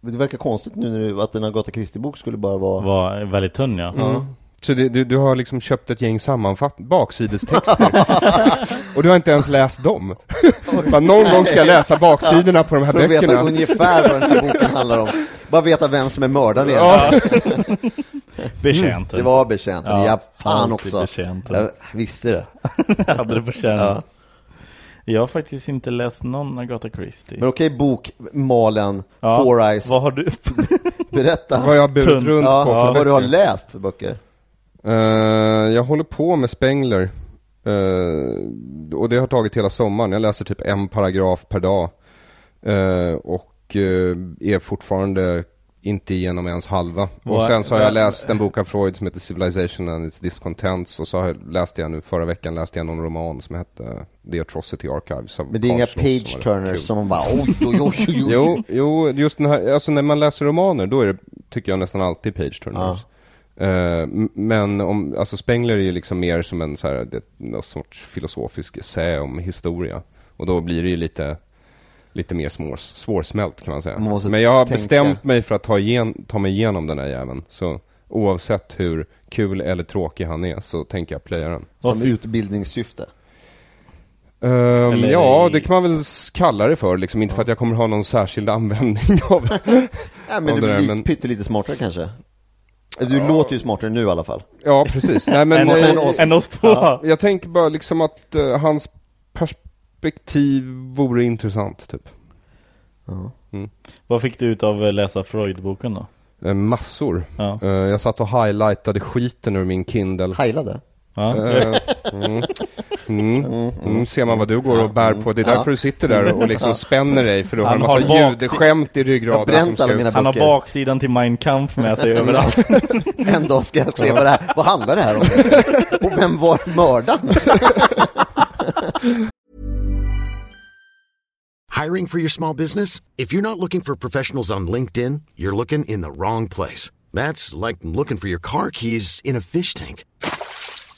det verkar konstigt nu när du, att en Agatha Christie-bok skulle bara vara
Var väldigt tunn ja.
Så det, du, du har liksom köpt ett gäng sammanfatt baksidestexter och du har inte ens läst dem? Bara, någon gång ska jag läsa baksidorna på de här
För att veta
böckerna.
ungefär vad den här boken handlar om. Bara veta vem som är mördaren
Ja.
egentligen.
Betjänten.
Mm. Det var betjänten,
Ja,
ja, fan
alltid
också.
betjänten.
Jag visste det.
Hade det på känn.
Ja.
Jag har faktiskt inte läst någon Agatha Christie.
Men okej, bok, Malen,
Ja,
Four Eyes,
Vad har du?
berätta.
Vad jag har burit
Tunt.
runt
ja,
på för
vad du har
böcker.
läst för böcker.
Eh, jag håller på med Spengler. Eh, och det har tagit hela sommaren. Jag läser typ en paragraf per dag. Eh, och eh, är fortfarande inte igenom ens halva. Och
Vad-
sen så har
vad-
jag läst en bok av Freud som heter Civilization and its Discontents. Och så har jag, läste jag nu förra veckan läste jag någon roman som hette The Atrocity Archives. av
Men det är inga
Carl Schloss, som var rätt
page-turners
kul.
som man bara oj, oj, oj, oj, oj.
Jo, jo, just den här, alltså när man läser romaner då är det, tycker jag nästan alltid page turners. Eh, m- men om, alltså Spengler är ju liksom mer som en så här, det, någon sorts filosofisk essä om historia. Och då blir det ju lite, lite mer smår, svårsmält kan man säga.
Man måste
men jag har
tänka.
bestämt mig för att ta, igen, ta mig igenom den här jäveln. Så oavsett hur kul eller tråkig han är så tänker jag plöja den.
Som utbildningssyfte.
Ehm,
Eller
ja,
i-
det kan man väl s- kalla det för. Liksom, inte för att jag kommer ha någon särskild användning av
Ja,
Ja,
men du
det
blir
där,
lite,
men-
pyttelite smartare kanske. Du låter ju smartare nu i alla fall.
Ja, precis. Nej, men,
en,
eh,
än oss.
en oss två.
jag tänker bara liksom att eh, hans perspektiv vore intressant, typ.
Vad fick du ut av att läsa Freud-boken då?
Eh, massor.
Ja.
Eh, jag satt och highlightade skiten ur min Kindle.
Heilade.
Ja.
Eh, mm. Mm. Mm. Ser man vad du går och bär på. Det är därför du sitter där och liksom spänner dig, för du har en
Han
massa
har bak-
judeskämt i
Jag har
ryggraden som
bränt
ska
alla
ut.
mina
Han har
böcker.
baksidan till Mein Kampf med sig överallt.
En dag ska jag se vad det här, vad handlar det här om? Och vem var mördaren?
Hiring for your small business? If you're not looking for professionals on LinkedIn, you're looking in the wrong place. That's like looking for your car keys in a fish tank.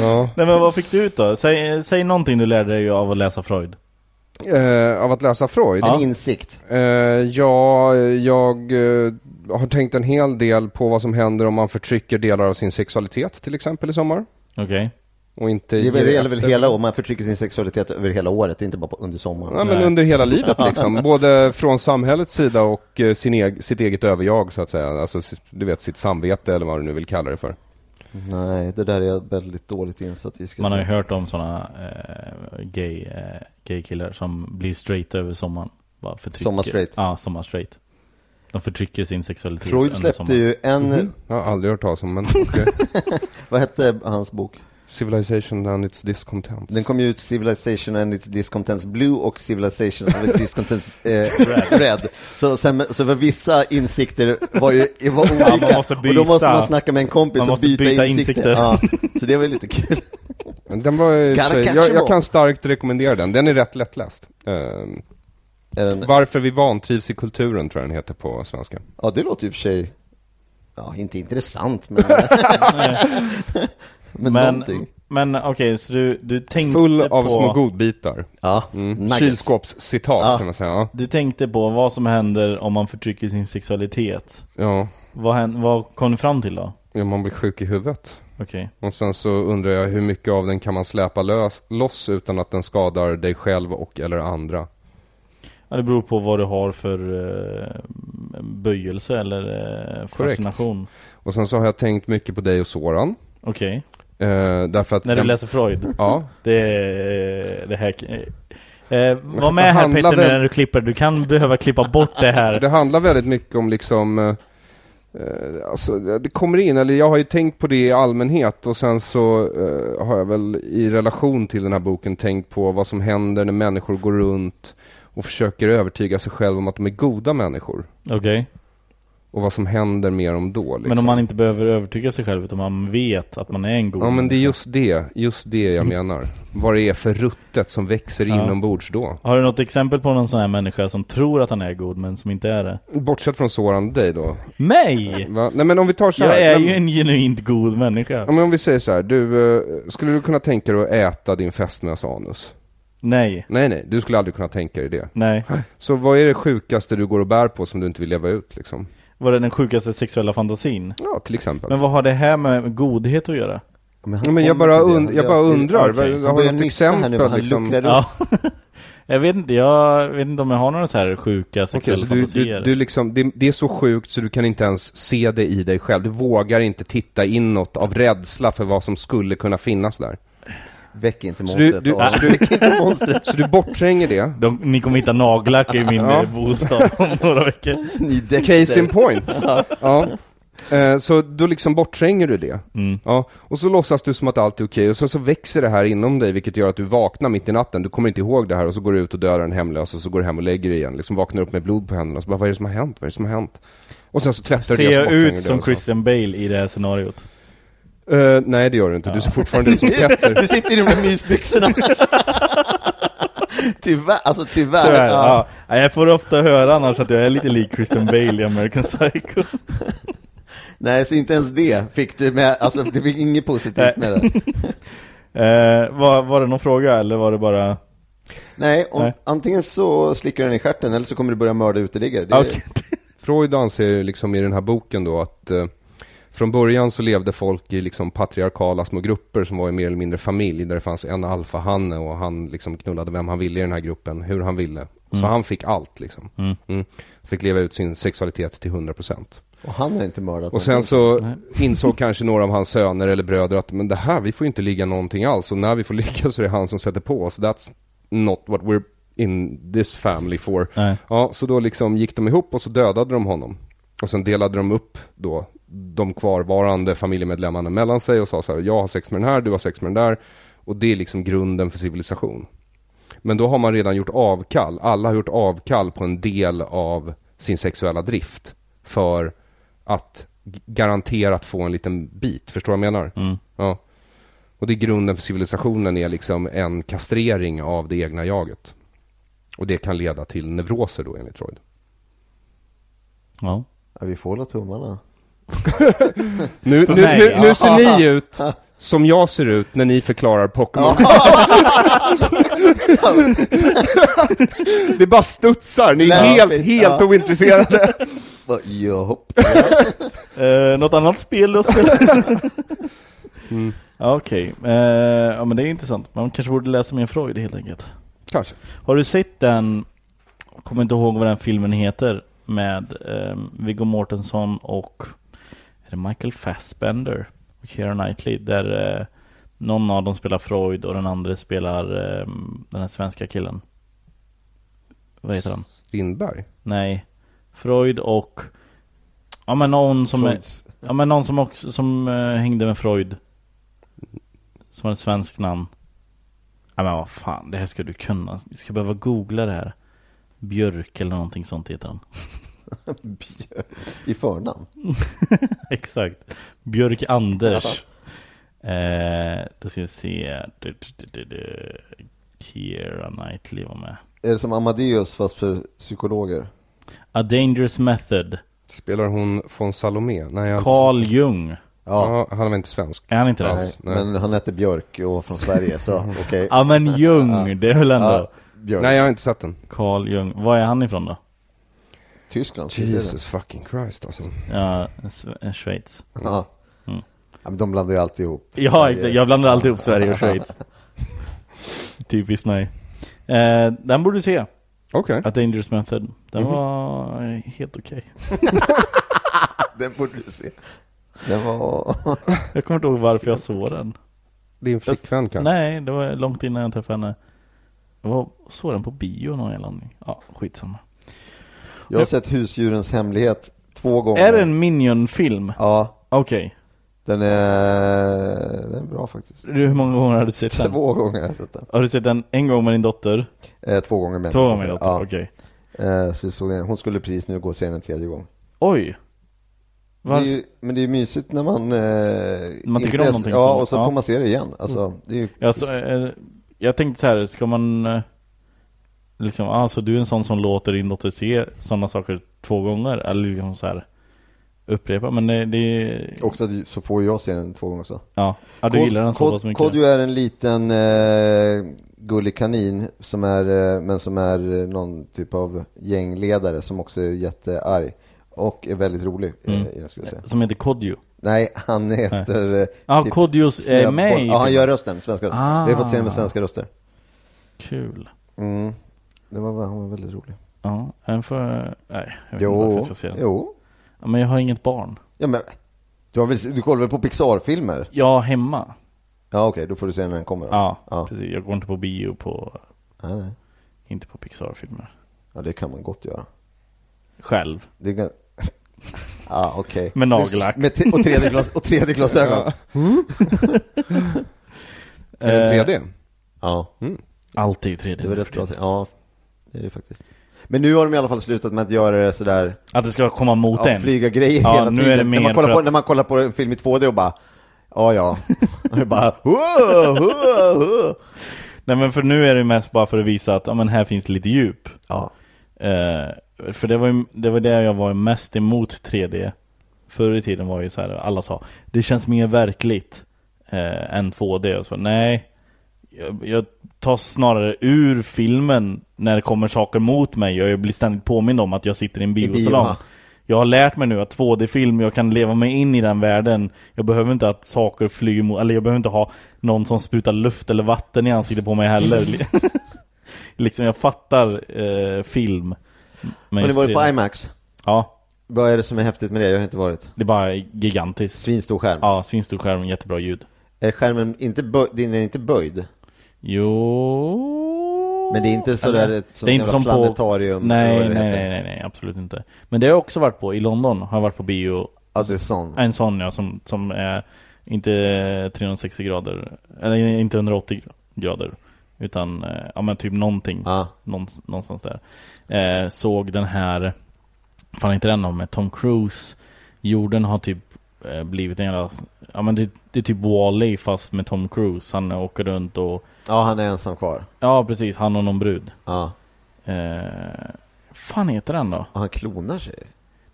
Ja.
Nej men vad fick du ut då? Säg, säg någonting du lärde dig av att läsa Freud.
Eh, av att läsa Freud.
En insikt.
Eh, ja, jag eh, har tänkt en hel del på vad som händer om man förtrycker delar av sin sexualitet till exempel i sommar.
Okej.
Och inte
Det,
ger
gäller väl
efter.
hela året, man förtrycker sin sexualitet över hela året, inte bara på, under sommaren.
Ja, men
Nej.
under hela livet liksom. Både från samhällets sida och eh, sin eg- sitt eget överjag så att säga. Alltså s- du vet sitt samvete eller vad du nu vill kalla det för.
Nej, det där är jag väldigt dåligt insatt i. Ska
Man har ju
säga.
hört om sådana eh, gay, eh, gay killar som blir straight över sommaren. Bara förtrycker.
Sommarstraight.
Ja, sommarstraight. De förtrycker sin sexualitet
Freud
under Mhm.
släppte
Mm.
sommaren.
ju en,
Jag har aldrig hört talas om men okej.
vad hette hans bok?
eh, Civilization and its discontents.
Den kom ju ut Civilization and its discontents blue och Civilization and its discontents eh, red. red. Så, sen, så för vissa insikter var ju var olika.
man måste
Och då måste
byta.
man snacka med en kompis
Man
och
måste
byta,
byta
insikter.
insikter.
Ja, så det var ju lite kul.
den var, i och för
Gotta
sig-
catch
jag,
'em all.
jag kan starkt rekommendera den. Den är rätt lättläst. Ehm,
Är den-
varför vi vantrivs i kulturen tror jag den heter på svenska.
Ja, det låter ju för sig, ja, inte intressant, men, men,
Men,
någonting.
men okej, så du, du tänkte
Full
på...
av små godbitar.
Ja,
Mm.
nuggets.
Kylskåpscitat
Ja.
kan man säga. Ja.
Du tänkte på vad som händer om man förtrycker sin sexualitet.
Ja.
Vad, hän- vad kom du fram till då?
ja, man blir sjuk i huvudet.
Okej.
Och sen så undrar jag hur mycket av den kan man släpa lös, loss utan att den skadar dig själv och eller andra.
Ja, det beror på vad du har för eh, böjelse eller eh, fascination.
Och sen så har jag tänkt mycket på dig och Soran.
Okej.
Eh, därför att...
När du
den-
läser Freud.
Ja,
Det är det här... Eh, var
för
med
det
här
handlar
Petter nu
väl-
när du klipper. Du kan behöva klippa bort det
För
här.
det handlar väldigt mycket om liksom, eh, eh, alltså det kommer in, eller jag har ju tänkt på det i allmänhet och sen så eh, har jag väl i relation till den här boken tänkt på vad som händer när människor går runt och försöker övertyga sig själv om att de är goda människor.
Okej.
Och vad som händer med dem då. Liksom.
Men om man inte behöver övertyga sig själv utan man vet att man är en god
Ja men det är
människa.
just det, just det jag menar. Vad det är för ruttet som växer
Mm. Ja.
inombords då.
Har du något exempel på någon sån här människa som tror att han är god men som inte är det?
Bortsett från sårande dig då.
Mig!
Va? Nej men om vi tar så här.
Jag är
Nej,
ju en genuint god människa.
Ja, men om vi säger så här, du, eh, skulle du kunna tänka dig att äta din fästmös anus?
Nej,
Nej, nej, du skulle aldrig kunna tänka dig det.
nej.
Så vad är det sjukaste du går och bär på som du inte vill leva ut liksom?
Var det den sjukaste sexuella fantasin?
Ja, till exempel.
Men vad har det här med godhet att göra?
han
Ja, men jag
kommer
bara,
till det.
und- jag
Ja,
bara
det-
undrar,
okej.
vad-
Han
har du
börjar
något
nysta här nu,
exempel
han
liksom?
luckrar upp.
Ja. jag, vet inte, jag vet inte om jag har några så här sjuka
Okej,
sexuella
så du,
fantasier.
du, du liksom, det, det är så sjukt så du kan inte ens se det i dig själv. Du vågar inte titta inåt av rädsla för vad som skulle kunna finnas där.
Väck inte
Så du,
monstret.
du,
Aron.
så du, så du borttränger det.
De, ni kommer hitta nagellack i min
Ja.
eh, bostad om några veckor.
Ni Dexter.
Case in point. ja. Eh, Så då liksom borttränger du det.
Mm.
Ja. Och så låtsas du som att allt är okej och så, så växer det här inom dig vilket gör att du vaknar mitt i natten. Du kommer inte ihåg det här och så går du ut och dödar en hemlös och så går du hem och lägger dig igen. Liksom vaknar upp med blod på händerna och så bara vad är det som har hänt? Vad är det som har hänt? Och sen så tvättar du
Ser
det och
jag
så borttränger
ut
du
som
det och så.
Christian Bale i det här scenariot?
Eh, nej det gör du inte, du ser fortfarande ut som Petter.
Du sitter i de där mysbyxorna. tyvärr, alltså tyvärr.
Tyvärr,
ja.
ja. Ja, Jag får ofta höra annars att jag är lite lik Christian Bale i American Psycho.
Nej, så inte ens det fick du med, alltså det fick inget positivt med det.
Eh, var, var det någon fråga eller var det bara...
Nej, om,
Nej.
antingen så slickar den i stjärten eller så kommer du börja mörda uteliggare. Det,
Okej.
Freud anser liksom i den här boken då att eh, från början så levde folk i liksom patriarkala små grupper som var i mer eller mindre familj där det fanns en alfahanne och han liksom knullade vem han ville i den här gruppen, hur han ville. Så han fick allt liksom. Mm. Fick leva ut sin sexualitet till 100%.
Och han har inte mördat
Och sen
någon.
så insåg kanske några av hans söner eller bröder att men det här, vi får inte ligga någonting alls och när vi får ligga så är det han som sätter på oss. That's not what we're in this family for.
Nej.
Ja, så då liksom gick de ihop och så dödade de honom. Och sen delade de upp då de kvarvarande familjemedlemmarna mellan sig och sa så här, jag har sex med den här, du har sex med den där. Och det är liksom grunden för civilisation. Men då har man redan gjort avkall, alla har gjort avkall på en del av sin sexuella drift för att g- garanterat få en liten bit, förstår du vad jag menar? Ja. Och det är grunden för civilisationen är liksom en kastrering av det egna jaget. Och det kan leda till neuroser då enligt Freud.
Ja.
Ja, vi får hålla tummarna.
Nu, nu,
mig,
nu, nu ser ni ut som jag ser ut när ni förklarar Pokémon. det bara studsar, ni är
Nej,
helt,
precis.
helt
Ja.
ointresserade.
Bara, Jahopp.
Eh, något annat spel att spela? Ja, Okej, eh, ja men det är intressant. Man kanske borde läsa mer Freud helt enkelt.
Kanske.
Har du sett den, jag kommer inte ihåg vad den filmen heter, med eh, Viggo Mortensen och är det Michael Fassbender och Keira Knightley, där eh, någon av dem spelar Freud och den andra spelar eh, den här svenska killen. Vad heter han?
Strindberg?
Nej, Freud och... Ja men någon som...
Freuds.
Ja men någon som också som eh, hängde med Freud Som har ett svenskt namn. Nej men vad fan, det här ska du kunna. Du ska behöva googla det här. Björk eller någonting sånt heter han.
I förnamn.
Exakt. Björk Anders. eh, då ska vi se. Du, du, du, du, du. Keira Knightley var med.
Är det som Amadeus fast för psykologer?
A Dangerous Method.
Spelar hon von Salomé? Nej, jag...
Carl Jung.
Ja, han är väl inte svensk?
Är han inte det?
Nej, men han hette Björk och var från Sverige, så okej.
Ja men Jung, det är väl ändå.
Ja, Björk.
Alltså, Nej, jag har inte sett den.
Carl Jung. Var är han ifrån då?
Tyskland, ska vi se det?
Jesus fucking Christ alltså.
Ja, Sve- Schweiz.
Ja. Mm. ja, men de blandar ju alltid ihop.
Ja,
Sverige.
exakt. Jag blandar alltid ihop Sverige och Schweiz. Typiskt mig. Eh, den borde du se.
Okej.
A Dangerous Method. Den var helt okej.
Den borde du se. Den var...
Jag kommer inte ihåg varför jag såg den.
Din flickvän kanske?
Nej, det var långt innan jag träffade henne. Jag var, såg den på bio någon jävla anledning. Ja, skitsamma.
Jag har sett Husdjurens Hemlighet två gånger.
Är det en Minion-film?
Ja,
Okej.
den är, den är bra faktiskt.
Du, Hur många gånger har du sett den?
Två gånger har jag sett den.
Har du sett den en gång med din dotter?
Eh, två gånger med
Två gånger med din dotter?
Ja.
Okej.
Eh, så vi såg den. Hon skulle precis nu gå och se den en tredje gång.
Oj!
Det är
Varför?
ju, men det är ju mysigt när man... Eh,
Man tycker om
inte-
någonting
Ja,
som-
och så
ja. Mm.
får man se det igen. Alltså, det är ju...
Ja, så, eh, jag tänkte så här, ska man eh, liksom, ah, så du är en sån som låter din dotter se sådana saker två gånger? Eller liksom så här upprepa, men det, det
Också att- så får jag se den två gånger också.
ja. ja, du
Kod-
gillar den så
Kod-
pass mycket?
Kodjo är en liten eh, gullig kanin som är, eh, men som är eh, någon typ av gängledare som också är jättearg. Och är väldigt rolig
Mm.
eh, i den skulle jag säga.
Som heter Kodjo?
Nej, han heter... eh,
Ja, Kodjos är
Snöboll.
med i
Ja, han
filmen.
gör rösten, svenska rösten.
Ah.
Vi har fått se den med svenska röster.
Kul.
Mm. Det var, han var väldigt rolig.
Ja, den får, nej, jag vet inte varför
Jo,
jag ska se den.
jo.
Ja, men jag har inget barn.
Ja, men, du, har väl, du kollar väl på Pixar-filmer?
Jag är hemma.
Ja, okej, då får du se när den kommer. då.
Ja,
Ja.
precis. Jag går inte på bio på,
Nej, nej.
inte på Pixar-filmer.
ja, det kan man gott göra.
Själv.
Det är gan- ah, okej.
Med nagellack.
Med te- och tredje glas, och tredje glasögon.
Är det en 3D?
Ja,
Allt är ju 3D.
det var
nu
rätt
för
bra.
tiden.
te- Ja, det är det faktiskt. Men nu har de i alla fall slutat med att göra det sådär,
Att det ska komma mot
ja,
en.
flyga grejer
Ja,
hela
nu är
tiden.
det
när, man
mer
kollar
för
på,
att-
när man kollar på en film i 2D och bara, ja ja. Och det bara, "Whoa, whoa, whoa."
Nej men för nu är det mest bara för att visa att ja, men här finns lite djup.
Ja.
Eh, för det var, ju, det var det jag var mest emot 3D. Förr i tiden var ju så här, alla sa det känns mer verkligt eh, än 2D. Och så, nej, jag, jag tar snarare ur filmen när det kommer saker mot mig. Jag blir ständigt påmind om att jag sitter i en
bio,
biosalong.
ja.
Jag har lärt mig nu att 2D-film, jag kan leva mig in i den världen. Jag behöver inte att saker flyger mot, eller jag behöver inte ha någon som sprutar luft eller vatten i ansiktet på mig heller. liksom jag fattar eh, film. Men
Har ni
just
varit på
3D
IMAX?
Ja,
Vad är det som är häftigt med det? Jag har inte varit.
det är bara gigantiskt.
Svinstor skärm.
Ja, svinstor skärm, jättebra ljud.
Är skärmen inte böjd, den är inte böjd?
Jo...
Men det är inte så
Eller-
där ett sånt jävla planetarium,
Nej,
eller vad
nej,
det heter.
nej, nej, nej, absolut inte. Men det har jag också varit på, i London har jag varit på bio.
Alltså sån.
En sån ja, som, som är inte 360 grader, eller inte 180 grader. Utan, eh, ja men typ någonting.
Ja.
Någonstans, någonstans där. Eh, såg den här, fan inte den om med Tom Cruise. Jorden har typ eh, blivit en jävla, ja men det, det är typ Wall-E fast med Tom Cruise. Han åker runt och,
Ja, han är ensam kvar.
ja precis, han och någon brud.
Ja.
Eh, fan heter den då?
Och han klonar sig.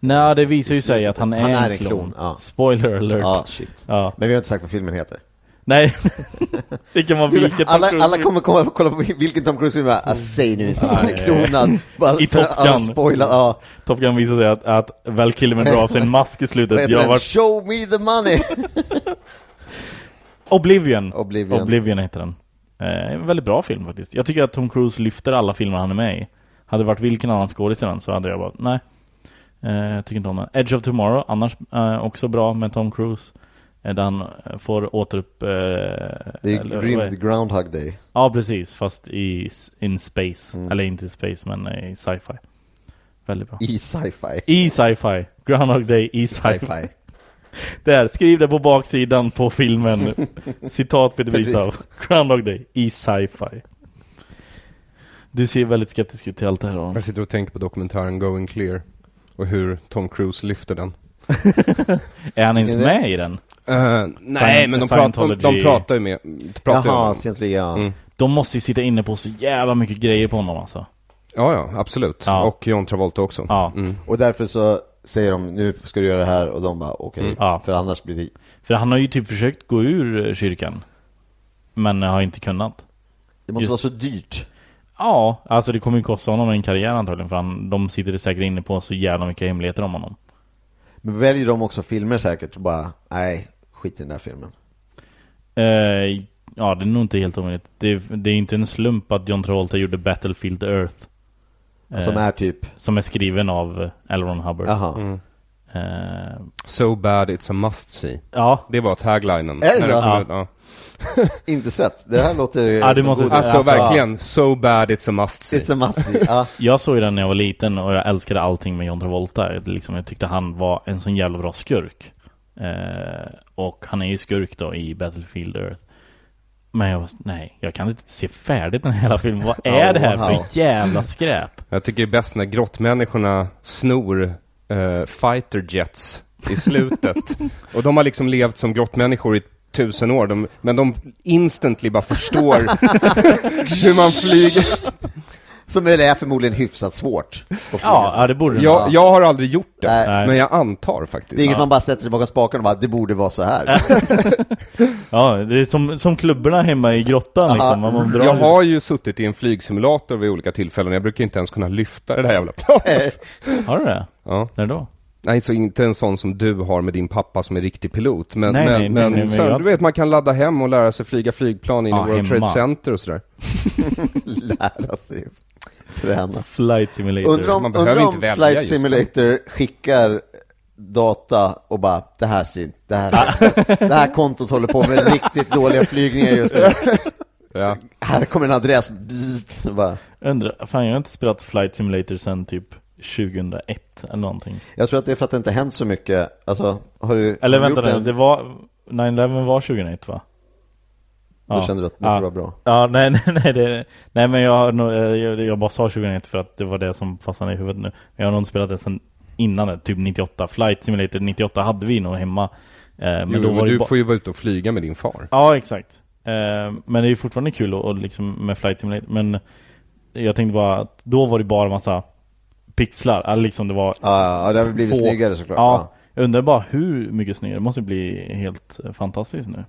Nej det visar ju sig att han är,
Han är en
en klon.
klon, ja.
Spoiler alert.
Ja, shit.
Ja.
Men vi har inte sagt vad filmen heter.
Nej, det kan vara
Du,
vilket
alla,
Tom Cruise-
alla kommer kolla, kolla på vilken Tom Cruise-film det är. Ah, säg nu inte att han är
Nej.
klonad. Bara
I
för
Top
att han
Gun.
spoilar, ja.
Top Gun visar sig att, att Val Kilmer drar av sig en mask i
Vad
slutet.
heter
Jag
den?
har varit
Show me the money!
Oblivion.
Oblivion.
heter den. Eh, en väldigt bra film faktiskt. Jag tycker att Tom Cruise lyfter alla filmer han är med i. Hade det varit vilken annan skådis i den så hade jag bara, nej. Eh, jag tycker inte om den. Edge of Tomorrow, annars eh, också bra med Tom Cruise. Eh, där han eh, får återupp... Eh,
Det
eller
är
vad
rymd Groundhog Day.
Ja, precis. Fast i s- in space.
Mm.
Eller inte i space, men i sci-fi. Väldigt bra.
I sci-fi.
I sci-fi. Groundhog Day i sci-fi.
Sci-fi.
Där, skriv det på baksidan på filmen. Citat Peter Bristav. Groundhog Day i sci-fi. Du ser väldigt skeptisk ut till allt det här Aron.
Jag sitter och tänker på dokumentären Going Clear och hur Tom Cruise lyfter den.
Är han ens med i den?
Eh, nej, men de, pratar de, de
Scientology.
pratar ju med... Pratar ju
Jaha,
om,
scientologi, ja.
Mm.
De måste ju sitta inne på så jävla mycket grejer på honom alltså.
ja, ja, absolut.
Ja.
Och John Travolta också.
Ja.
Mm.
Och därför så säger de, nu ska du göra det här och de bara okej,
Mm. Ja.
för annars blir det...
För han har ju typ försökt gå ur eh, kyrkan. Men har inte kunnat.
Det måste
Just-
vara så dyrt.
Ja, alltså det kommer ju kosta honom en karriär antagligen för han, de sitter säkert inne på så jävla mycket hemligheter om honom.
Men väljer de också filmer säkert och bara, nej, skit i den där filmen.
Eh, ja, det är nog inte helt omöjligt. Det, det är inte en slump att John Travolta gjorde Battlefield Earth. eh,
Som är typ,
som är skriven av eh, L. Ron Hubbard.
jaha.
Mm.
Eh,
So bad it's a must see.
ja,
Det var taglinen.
Är det så?
När den kom
Ja.
ut, ja.
Inte sett. Det här låter
Ja, det måste
Alltså,
Alltså,
verkligen, so bad it's a must see.
It's a massive, ja.
jag såg ju den när jag var liten och jag älskade allting med John Travolta. Det Liksom, jag tyckte han var en sån jävla bra skurk. Eh, och han är ju skurk då i Battlefield Earth. Men jag var, nej, jag kan inte se färdigt den här hela filmen. Vad är det här
wow.
för jävla skräp?
Jag tycker det är bäst när grottmänniskorna snor eh, fighter jets i slutet. och de har liksom levt som grottmänniskor i tusen år, de, men de instantly bara förstår hur man flyger.
Som väl är förmodligen hyfsat svårt. att flyga.
Ja, ja det borde den
Jag, jag har aldrig gjort det,
Nej.
men jag antar
Det är
faktiskt.
inget man bara sätter sig bakom spaken och bara, det borde vara så här.
Ja, det är som, som klubborna hemma i grottan liksom. Man måste dra
Jag
ut.
har ju suttit i en flygsimulator vid olika tillfällen, jag brukar inte ens kunna lyfta det där jävla planet.
har du det?
Ja.
När då?
Nej, så inte en sån som du har med din pappa som är riktig pilot. Men,
Nej,
men,
nej, nej,
men,
nej, men
sen,
jag-
du vet, man kan ladda hem och lära sig flyga flygplan in
Ja,
i World
hemma.
Trade Center och sådär.
Lära sig träna.
Flight simulator.
Undrar om,
Man behöver
undra
inte
om
välja
Flight
just det.
Simulator skickar data och bara, det här ser det här, det här kontot håller på med riktigt dåliga flygningar just nu.
Ja.
Här kommer en adress, bzzzt, bara.
Undrar, fan jag har inte spelat flight simulator sen typ 2001 eller någonting.
Jag tror att det är för att det inte hänt så mycket, alltså, har du
Eller
har du
vänta
gjort
nu,
en-
det var, 9-11 var 2001 va?
Då kände du att det
ja.
var bra.
Ja, nej nej nej, det, nej men jag, har nog- eh, jag, jag bara sa 2001 för att det var det som fastnade i huvudet nu. Men jag har nog inte spelat det sen innan det, typ 98. Flight simulator 98 hade vi nog hemma. Eh, men
Men
då var det
du
ba-
får ju vara ute och flyga med din far.
Ja, exakt. Eh, men det är ju fortfarande kul och, och liksom med Flight Simulator. Men jag tänkte bara att då var det bara massa pixlar. Alltså liksom det var
Ja, ja, det har väl blivit
få-
snyggare såklart.
Ja, jag undrar bara hur mycket snyggare. Det måste bli helt eh, fantastiskt nu.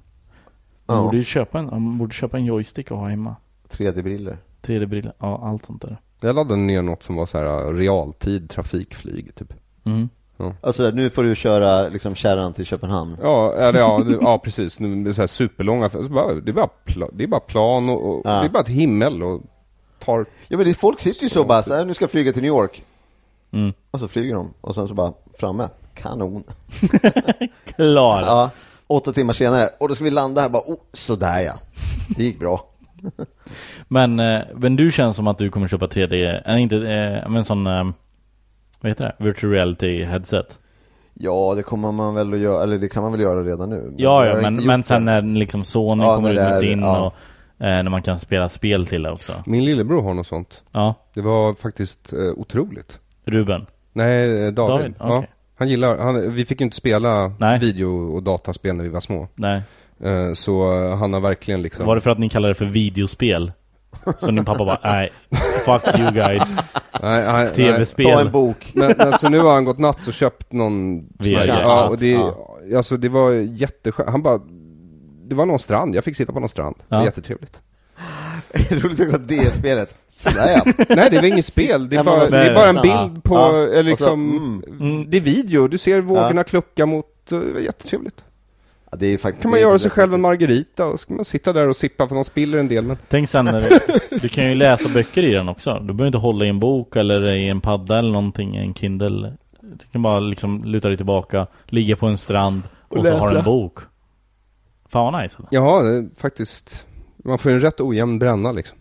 Man,
Ja.
borde ju köpa en, man borde köpa en joystick och ha hemma.
3D-briller.
3D-briller, ja allt sånt där.
Jag laddade ner något som var så här äh, realtid trafikflyg, typ.
Mm.
Alltså där, nu får du köra liksom kärran till Köpenhamn.
Ja, eller ja, det- ja precis. Nu med Så här superlånga, så bara, det, är bara pla, det är bara plan och, och
Ja.
det är bara ett himmel och tar...
Ja men det, folk sitter ju så bara så här, nu ska jag flyga till New York.
Mm.
Och så flyger de, och sen så bara, framme. Kanon.
Klar!
Ja, åtta timmar senare, och då ska vi landa här bara, oh, sådär ja. Det gick bra.
Men, eh, men du känns som att du kommer köpa 3D, äh, inte, eh, men sån, eh, vad heter det? Virtual reality headset.
Ja, det kommer man väl att göra, eller det kan man väl göra redan nu. Men
Ja,
jag
ja
har
men,
inte
men
gjort
sen
det.
när liksom Sony
Ja,
kommer
när
ut
det
med
är-
sin
ja.
och eh, när man kan spela spel till det också.
Min lillebror har något sånt.
Ja,
Det var faktiskt eh, otroligt.
Ruben.
Nej, eh, David.
David,
ja.
okej.
Han gillar, han, vi fick ju inte spela
Nej.
video och dataspel när vi var små.
Nej.
Eh, Så eh, han har verkligen liksom...
Var det för att ni kallade det för videospel? Så din pappa bara nej, fuck you guys,
Nej, nej, nej.
Ta en
tv-spel.
bok.
Men, men så nu har han gått natt och köpt någon...
VR.
ja, och det,
Ja.
Alltså det var jätteskönt. Han bara... Det var någon strand, jag fick sitta på någon strand. Det var
Ja.
jättetrevligt.
Det är roligt också att det är spelet. Sådär ja.
Nej, det var inget spel. Det är
Ja, men
bara,
vad
det
säger
är bara en
du?
bild på,
Ja.
eller
Och så, mm.
liksom... Det är video, du ser vågorna klucka mot... eh, Det var jättetrevligt.
ja det är ju faktiskt,
kan man göra sig själv en margarita och så kan man sitta där och sippa för de spiller en del. Men
Tänk sen när du, du kan ju läsa böcker i den också. Du behöver inte hålla i en bok eller i en padda eller någonting, en Kindle. Du kan bara liksom luta dig tillbaka, ligga på en strand och, så har du en
läsa.
bok. Fan vad nice. Eller?
jaha, det är faktiskt... Man får ju en rätt ojämn bränna liksom.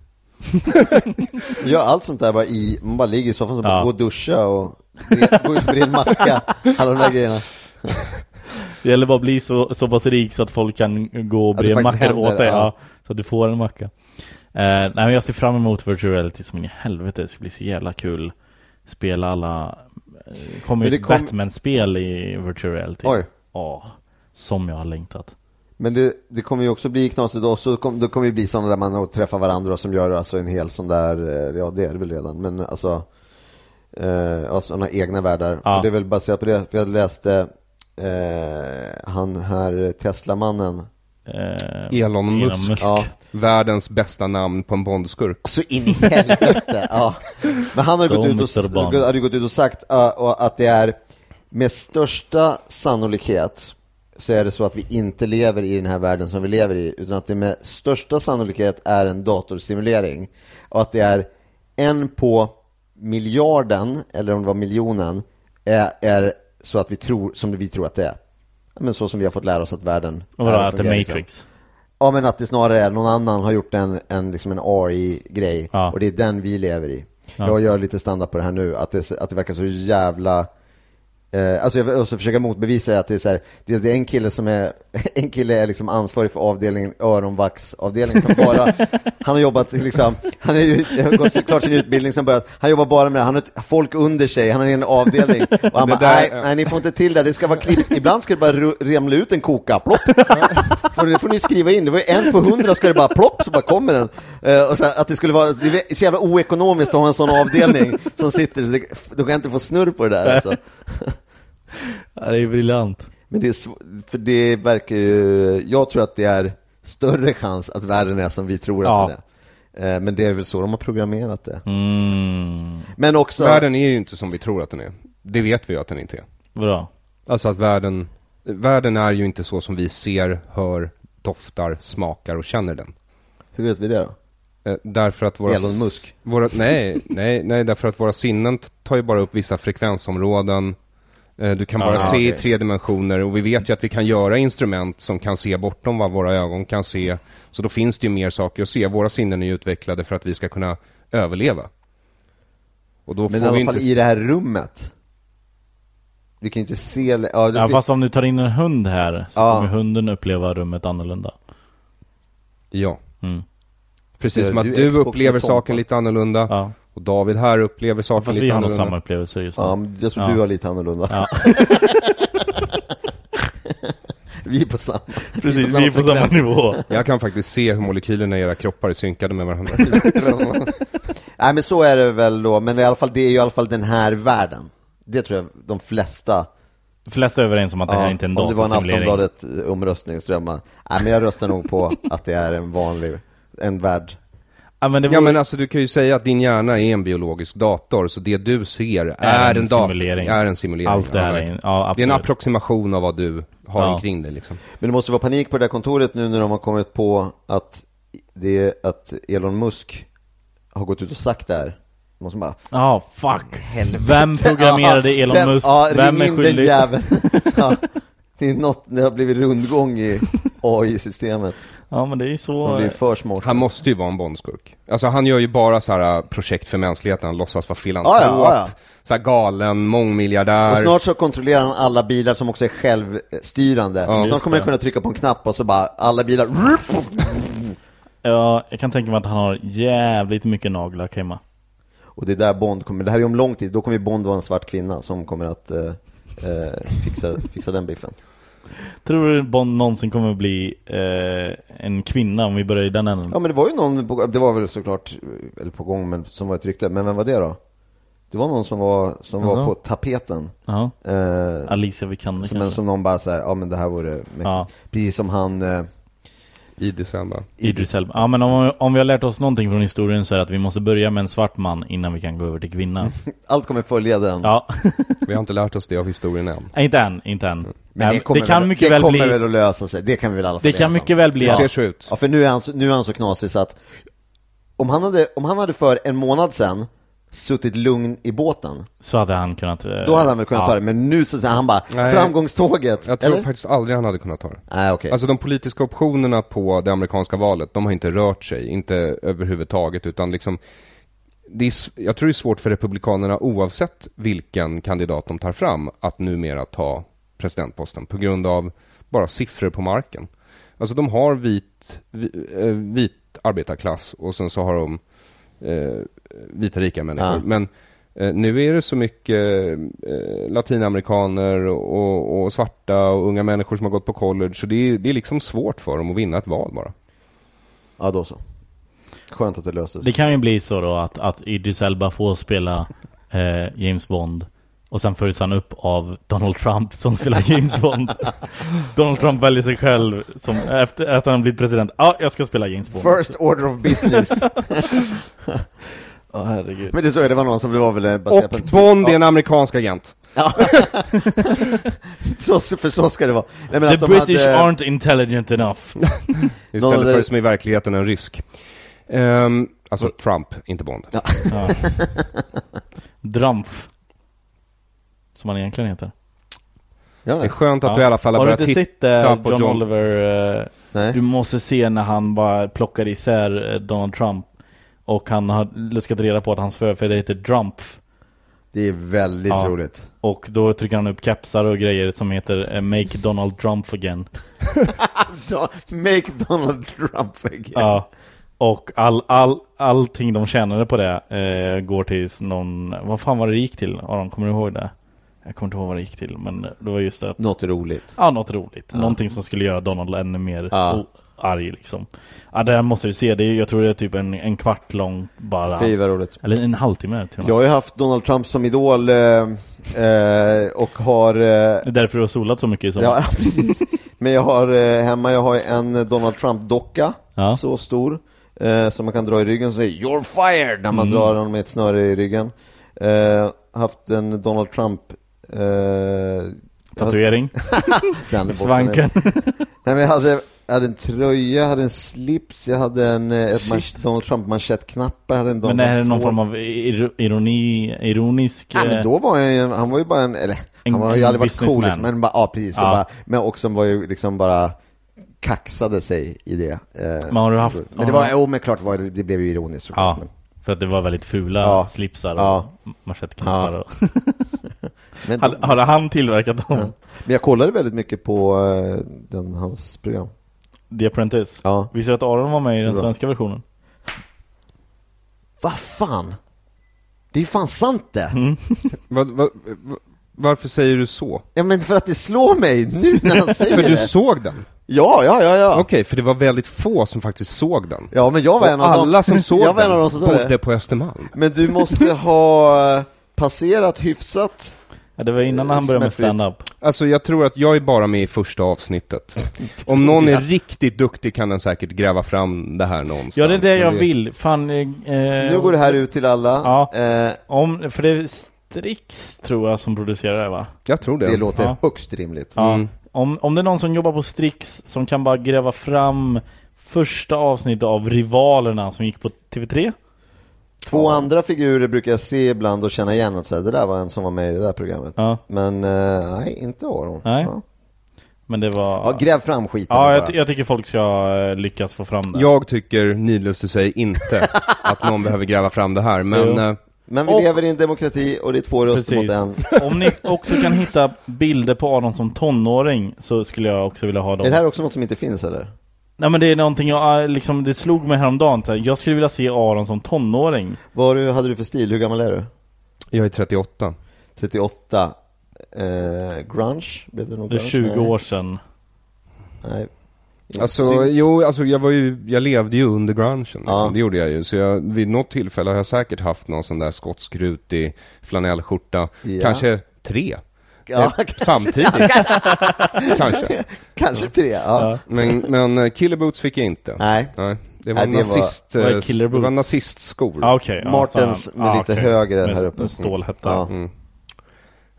Gör allt sånt där bara i, man bara ligger i soffan och
Ja.
bara gå och duscha och bre- gå ut och bre en macka, alla de där grejerna.
Det gäller bara att bli så, så pass rik så att folk kan gå och
Att det
bre
faktiskt
mackor
händer,
åt dig. Ja.
ja.
så att du får en macka. Eh, nej men jag ser fram emot virtual reality som in i helvete. Det ska bli så jävla kul. Spela alla... eh, kommer
Men
ju
det
ett
kom-
Batman-spel i virtual reality.
Oj.
Ja, som jag har längtat.
Men det, det kommer ju också bli knasigt och så kom, det kommer ju bli sådana där man och träffar varandra och som gör alltså en hel sån där, eh, ja det är det väl redan, men alltså eh, ja, sådana egna världar.
Ja.
Och det är väl baserat på det, för jag läste eh, han här Teslamannen,
Eh,
Elon
Elon
Musk.
Musk.
ja,
Världens bästa namn på en Bondskurk.
så in i helvete. ja. Men han har ju
Så
gått, ut
Mr. Bond.
och, har ju gått ut och sagt eh, och att det är med största sannolikhet så är det så att vi inte lever i den här världen som vi lever i utan att det med största sannolikhet är en datorsimulering och att det är en på miljarden, eller om det var miljonen, är, är så att vi tror, som vi tror att det är. Ja, Men så som vi har fått lära oss att världen
och vadå,
är och
att det
fungerar,
är
liksom.
Matrix.
Ja men att det snarare är någon annan har gjort en, en, liksom en AI-grej
Ja.
och det är den vi lever i.
Ja.
Jag gör lite stand-up på det här nu, att det, att det verkar så jävla Eh, alltså jag och så försöka motbevisa det att det är så här, det, det är en kille som är, en kille är liksom ansvarig för avdelningen, öronvaxavdelningen som bara, han har jobbat liksom, han har ju har gått så- klart sin utbildning sen börjat, han jobbar bara med det, han har ett, folk under sig, han har en avdelning och han
Det
bara,
där-
nej, nej ni får inte till det, det ska vara klippt, ibland ska det bara ru- ramla ut en koka, plopp. För det får ni skriva in, det var ju en på hundra ska det bara plopp så bara kommer den. Eh, och så att det skulle vara, det är så jävla oekonomiskt att ha en sån avdelning som sitter, det, då kan jag inte få snurr på det där alltså.
Ja, det är briljant.
Men det är sv- för det verkar ju, jag tror att det är större chans att världen är som vi tror att
Ja.
den är. Eh, Men det är väl så de har programmerat det.
Mm,
Men också,
Världen är ju inte som vi tror att den är. Det vet vi ju att den inte är.
bra.
Alltså att världen, världen är ju inte så som vi ser, hör, doftar, smakar och känner den.
hur vet vi det då?
Eh, Därför att våra...
Elon Musk.
Våra, nej, nej, nej, därför att våra sinnen t- tar ju bara upp vissa frekvensområden. Eh, Du kan bara
Ah,
se i
okej.
tre dimensioner och vi vet ju att vi kan göra instrument som kan se bortom vad våra ögon kan se. Så då finns det ju mer saker att se. Våra sinnen är ju utvecklade för att vi ska kunna överleva. Och då
Men i
får vi
alla
inte...
fall i det här rummet. Vi kan ju inte se, ja, det
Ja,
fin-
fast om du tar in en hund här så
Ja.
kommer hunden uppleva rummet annorlunda.
Ja.
Mm.
Precis
Så
som att
du
du
Xbox med
upplever
Tompa.
saken lite annorlunda
Ja.
och David här upplever saken
Fast vi
lite
har nog
annorlunda.
samma upplevelser just nu.
ja, men jag tror
Ja.
du har lite annorlunda.
Ja.
Vi är på samma.
Precis, vi är på samma
frekvens.
nivå.
Jag kan faktiskt se hur molekylerna i era kroppar är synkade med varandra.
Nej men så är det väl då, men i alla fall, det är ju i alla fall den här världen. Det tror jag de flesta
De flesta är överens om att det här
Ja,
inte är en
Om det var en
datasimulering.
Aftonbladet-omröstning så tror jag man, nej men jag röstar nog på att det är en vanlig, en värld.
ja, men det
Ja
vore-
men alltså du kan ju säga att din hjärna är en biologisk dator, så det du ser är,
en
en dator.
simulering.
Är en simulering.
Allt det här är en-
verkligen.
ja,
det är en
absolut.
approximation av vad du har
Ja.
omkring dig liksom.
Men det måste vara panik på det där kontoret nu när de har kommit på att, det, att Elon Musk har gått ut och sagt det här. De Måste bara,
Ja, fuck. Vem programmerade
Ja,
Elon
vem-
Musk?
Ja,
Vem
ring
är
in den
skyldig?
jäveln. ja, det är något, det har blivit rundgång i AI-systemet.
Ja, men det är så...
De blir för smarta.
Han måste ju vara en bondskurk. Alltså han gör ju bara så här äh, projekt för mänskligheten, han låtsas vara filantrop,
Ja, ja, ja, ja.
så här galen, mångmiljardär.
Och snart så kontrollerar han alla bilar som också är självstyrande. snart kommer jag kunna trycka på en knapp och så bara alla bilar...
Ja, jag kan tänka mig att han har jävligt mycket nagellack hemma.
Och det är där Bond kommer, det här är om lång tid, då kommer ju Bond vara en svart kvinna som kommer att eh, eh, fixa, fixa den biffen.
Tror du Bond någonsin kommer bli eh, en kvinna om vi börjar i den änden?
Ja men det var ju någon, på, det var väl såklart, eh, eller på gång, men som var ett rykte. Men vem var det då? Det var någon som var, som var
Jaså?
på tapeten.
Ja.
Eh,
Alicia Vikander
som, men
kanske?
som någon bara såhär, ja men det här vore mäktigt.
Ja.
Precis som han... Eh,
I december.
Idris Elba. Ja men om, om vi har lärt oss någonting från historien så är det att vi måste börja med en svart man innan vi kan gå över till kvinna.
Allt kommer följa den.
Ja,
Vi har inte lärt oss det av historien än.
Nej, inte än, inte än.
Men
Nej,
det kommer,
kan
väl,
mycket
det
väl
kommer
bli...
väl att lösa sig, det kan vi väl i alla fall
det kan
enas om.
mycket väl bli...
Det ser
Ja.
så ut.
Ja för nu är han, så- nu är han så knasig så att om han, hade, om han hade för en månad sedan suttit lugn i båten,
Så hade han kunnat... eh,
då hade han väl kunnat
ja.
ta det. Men nu så säger han bara
Nej.
framgångståget.
Jag tror
eller?
faktiskt aldrig han hade kunnat ta det.
Nej okej.
Alltså de politiska optionerna på det amerikanska valet, de har inte rört sig, inte överhuvudtaget, utan liksom det är, s- jag tror det är svårt för republikanerna oavsett vilken kandidat de tar fram att numera ta presidentposten på grund av bara siffror på marken. Alltså de har vit, vi- eh, vit arbetarklass och sen så har de eh, vita rika människor.
Ja.
Men eh, nu är det så mycket eh, latinamerikaner och, och svarta och unga människor som har gått på college så det är, det är liksom svårt för dem att vinna ett val bara.
Ja, då så. Skönt att det löste
Det
sig.
kan ju bli så då att, att Idris Elba får spela eh, James Bond och sen följs han upp av Donald Trump som spelar James Bond. Donald Trump väljer sig själv som, efter att han har blivit president. Ja, ah, jag ska spela James Bond.
First order of business.
Ja, herregud.
Men det så är det var någon som det var väl eh, baserat på
Och
en-
Bond är en amerikansk agent.
Ja. så, för så ska det vara. Nej, men
The
att eh, de
British
hade,
aren't intelligent enough.
Istället
Någon-
för som i verkligheten en rysk. Ehm, alltså
Mm.
Trump, inte Bond.
Ja.
Ja. Drumpf. Som han egentligen heter.
Ja,
Det är
nej.
skönt att
Ja.
du i alla fall har,
har du
börjat
inte
titta.
sett eh,
på
John,
John-
Oliver? Eh, du
nej.
måste se när han bara plockar isär eh, Donald Trump. Och han har luskat reda på att hans förfäder heter Drumpf.
Det är väldigt
Ja.
roligt.
Och då trycker han upp kepsar och grejer som heter eh, Make Donald Trump again.
Do- Make Donald Trump again.
Ja. Och all, all, allting de tjänade på det eh, går till någon... Vad fan var det det gick till? Aron, kommer du ihåg det? Jag kommer inte ihåg vad det gick till, men det var just det att
Något roligt.
Ja, något roligt. Någonting som skulle göra Donald ännu mer
Ja.
o- arg liksom. Ja, det här måste du se. Det är, jag tror det är typ en, en kvart lång bara.
Fy vad roligt.
Eller en halvtimme till och
Jag
med.
har ju haft Donald Trump som idol eh, eh, och har... Eh,
Det är därför du har solat så mycket i sommar.
ja, precis. Men jag har eh, hemma, jag har ju en Donald Trump-docka,
Ja.
så stor, eh, som man kan dra i ryggen och säger ”You're fired” när
Mm.
man drar honom med ett snöre i ryggen. Eh, haft en Donald Trump... Eh, jag-
Tatuering.
den är borta nu.
Svanken.
Nej men jag hade, jag hade en tröja, jag hade en slips, jag hade en eh, ett manch, Donald Trump manschettknappar, jag hade en Donald
Men det här är
Trump
någon
tvål.
form av ir- ironi, ironisk...
Nej, men
eh,
då var jag ju, han var ju bara en, eller
En-
han var ju
en
aldrig varit cool
businessman.
liksom, men bara, ja precis, så
Ja.
Bara, men också var ju liksom bara kaxade sig i det. eh,
Men har du haft-
Men det var, jo men klart var det, det blev ju ironiskt såklart.
Ja,
Men-
för att det var väldigt fula
Ja.
slipsar och
Ja.
manschettknappar.
Ja.
och-
Men,
Hade- Hade han tillverkat dem?
men jag kollade väldigt mycket på eh, den, hans program.
The Apprentice?
Ja.
Visste du att Aron var med i den
Bra.
svenska versionen?
Vad fan? Det är ju fan sant det!
Mm.
Vad- vad- vad- varför säger du så?
Ja men för att det slår mig nu när han säger
För du
det.
såg den?
Ja, ja, ja, ja.
Okej, för det var väldigt få som faktiskt såg den.
Ja, men jag var en
Och
av dem.
alla som såg
jag var en av
den
dem som såg
bodde
det.
på Östermalm.
Men du måste ha eh, passerat hyfsat.
Ja, det var innan han började med
Smärtfritt.
stand-up.
Alltså jag tror att jag är bara med i första avsnittet. Om någon är riktigt duktig kan den säkert gräva fram det här någonstans.
Ja, det är det
Men
jag vill. Fan, eh, eh,
Nu går det här ut till alla.
Ja.
Eh,
Om, för det är Strix tror jag som producerar det va?
Jag tror det.
det låter
Ja.
högst rimligt.
Ja.
Mm.
Om, om det är någon som jobbar på Strix som kan bara gräva fram första avsnittet av Rivalerna som gick på TV3
Två andra figurer brukar jag se ibland och känna igen och säga det där var en som var med i det där programmet.
Ja.
Men eh, nej, inte Aron.
Nej.
Ja.
Men det var...
Ja, gräv fram skiten
Ja,
nu
jag,
bara.
ty- jag tycker folk ska eh, lyckas få fram det
Jag tycker, needless to say, inte att någon behöver gräva fram det här, men...
Jo.
eh,
Men vi
Och-
lever i en demokrati och det är två röster
Precis.
mot en.
Om ni också kan hitta bilder på Aron som tonåring så skulle jag också vilja ha dem
Är det här också något som inte finns eller?
Nej men det är någonting jag, eh, liksom, det slog mig häromdagen så här, Jag skulle vilja se Aron som tonåring
Vad har du, hade du för stil? Hur gammal är du?
Jag är 38.
38? Eh, grunge? Blev det nog
Det är 20
grunge? Nej.
år sedan
Nej.
Alltså,
Synt.
jo, alltså jag var ju, jag levde ju under grungen liksom.
Ja.
det gjorde jag ju. Så jag, vid något tillfälle har jag säkert haft någon sån där skotsk rutig flanellskjorta.
Ja.
Kanske tre.
Ja,
Eh, Samtidigt. kanske.
Kanske tre, ja.
Men, men eh, killerboots fick jag inte.
Nej.
Nej. Det
Nej,
var,
det var-
nazist,
Vad är
eh, s- det
killerboots?
var nazistskor.
Ah, okay, ja,
Martens
så- ah,
med lite
okej.
högre
med,
här
s-
uppe.
Med Mm. stålhätta.
Ja.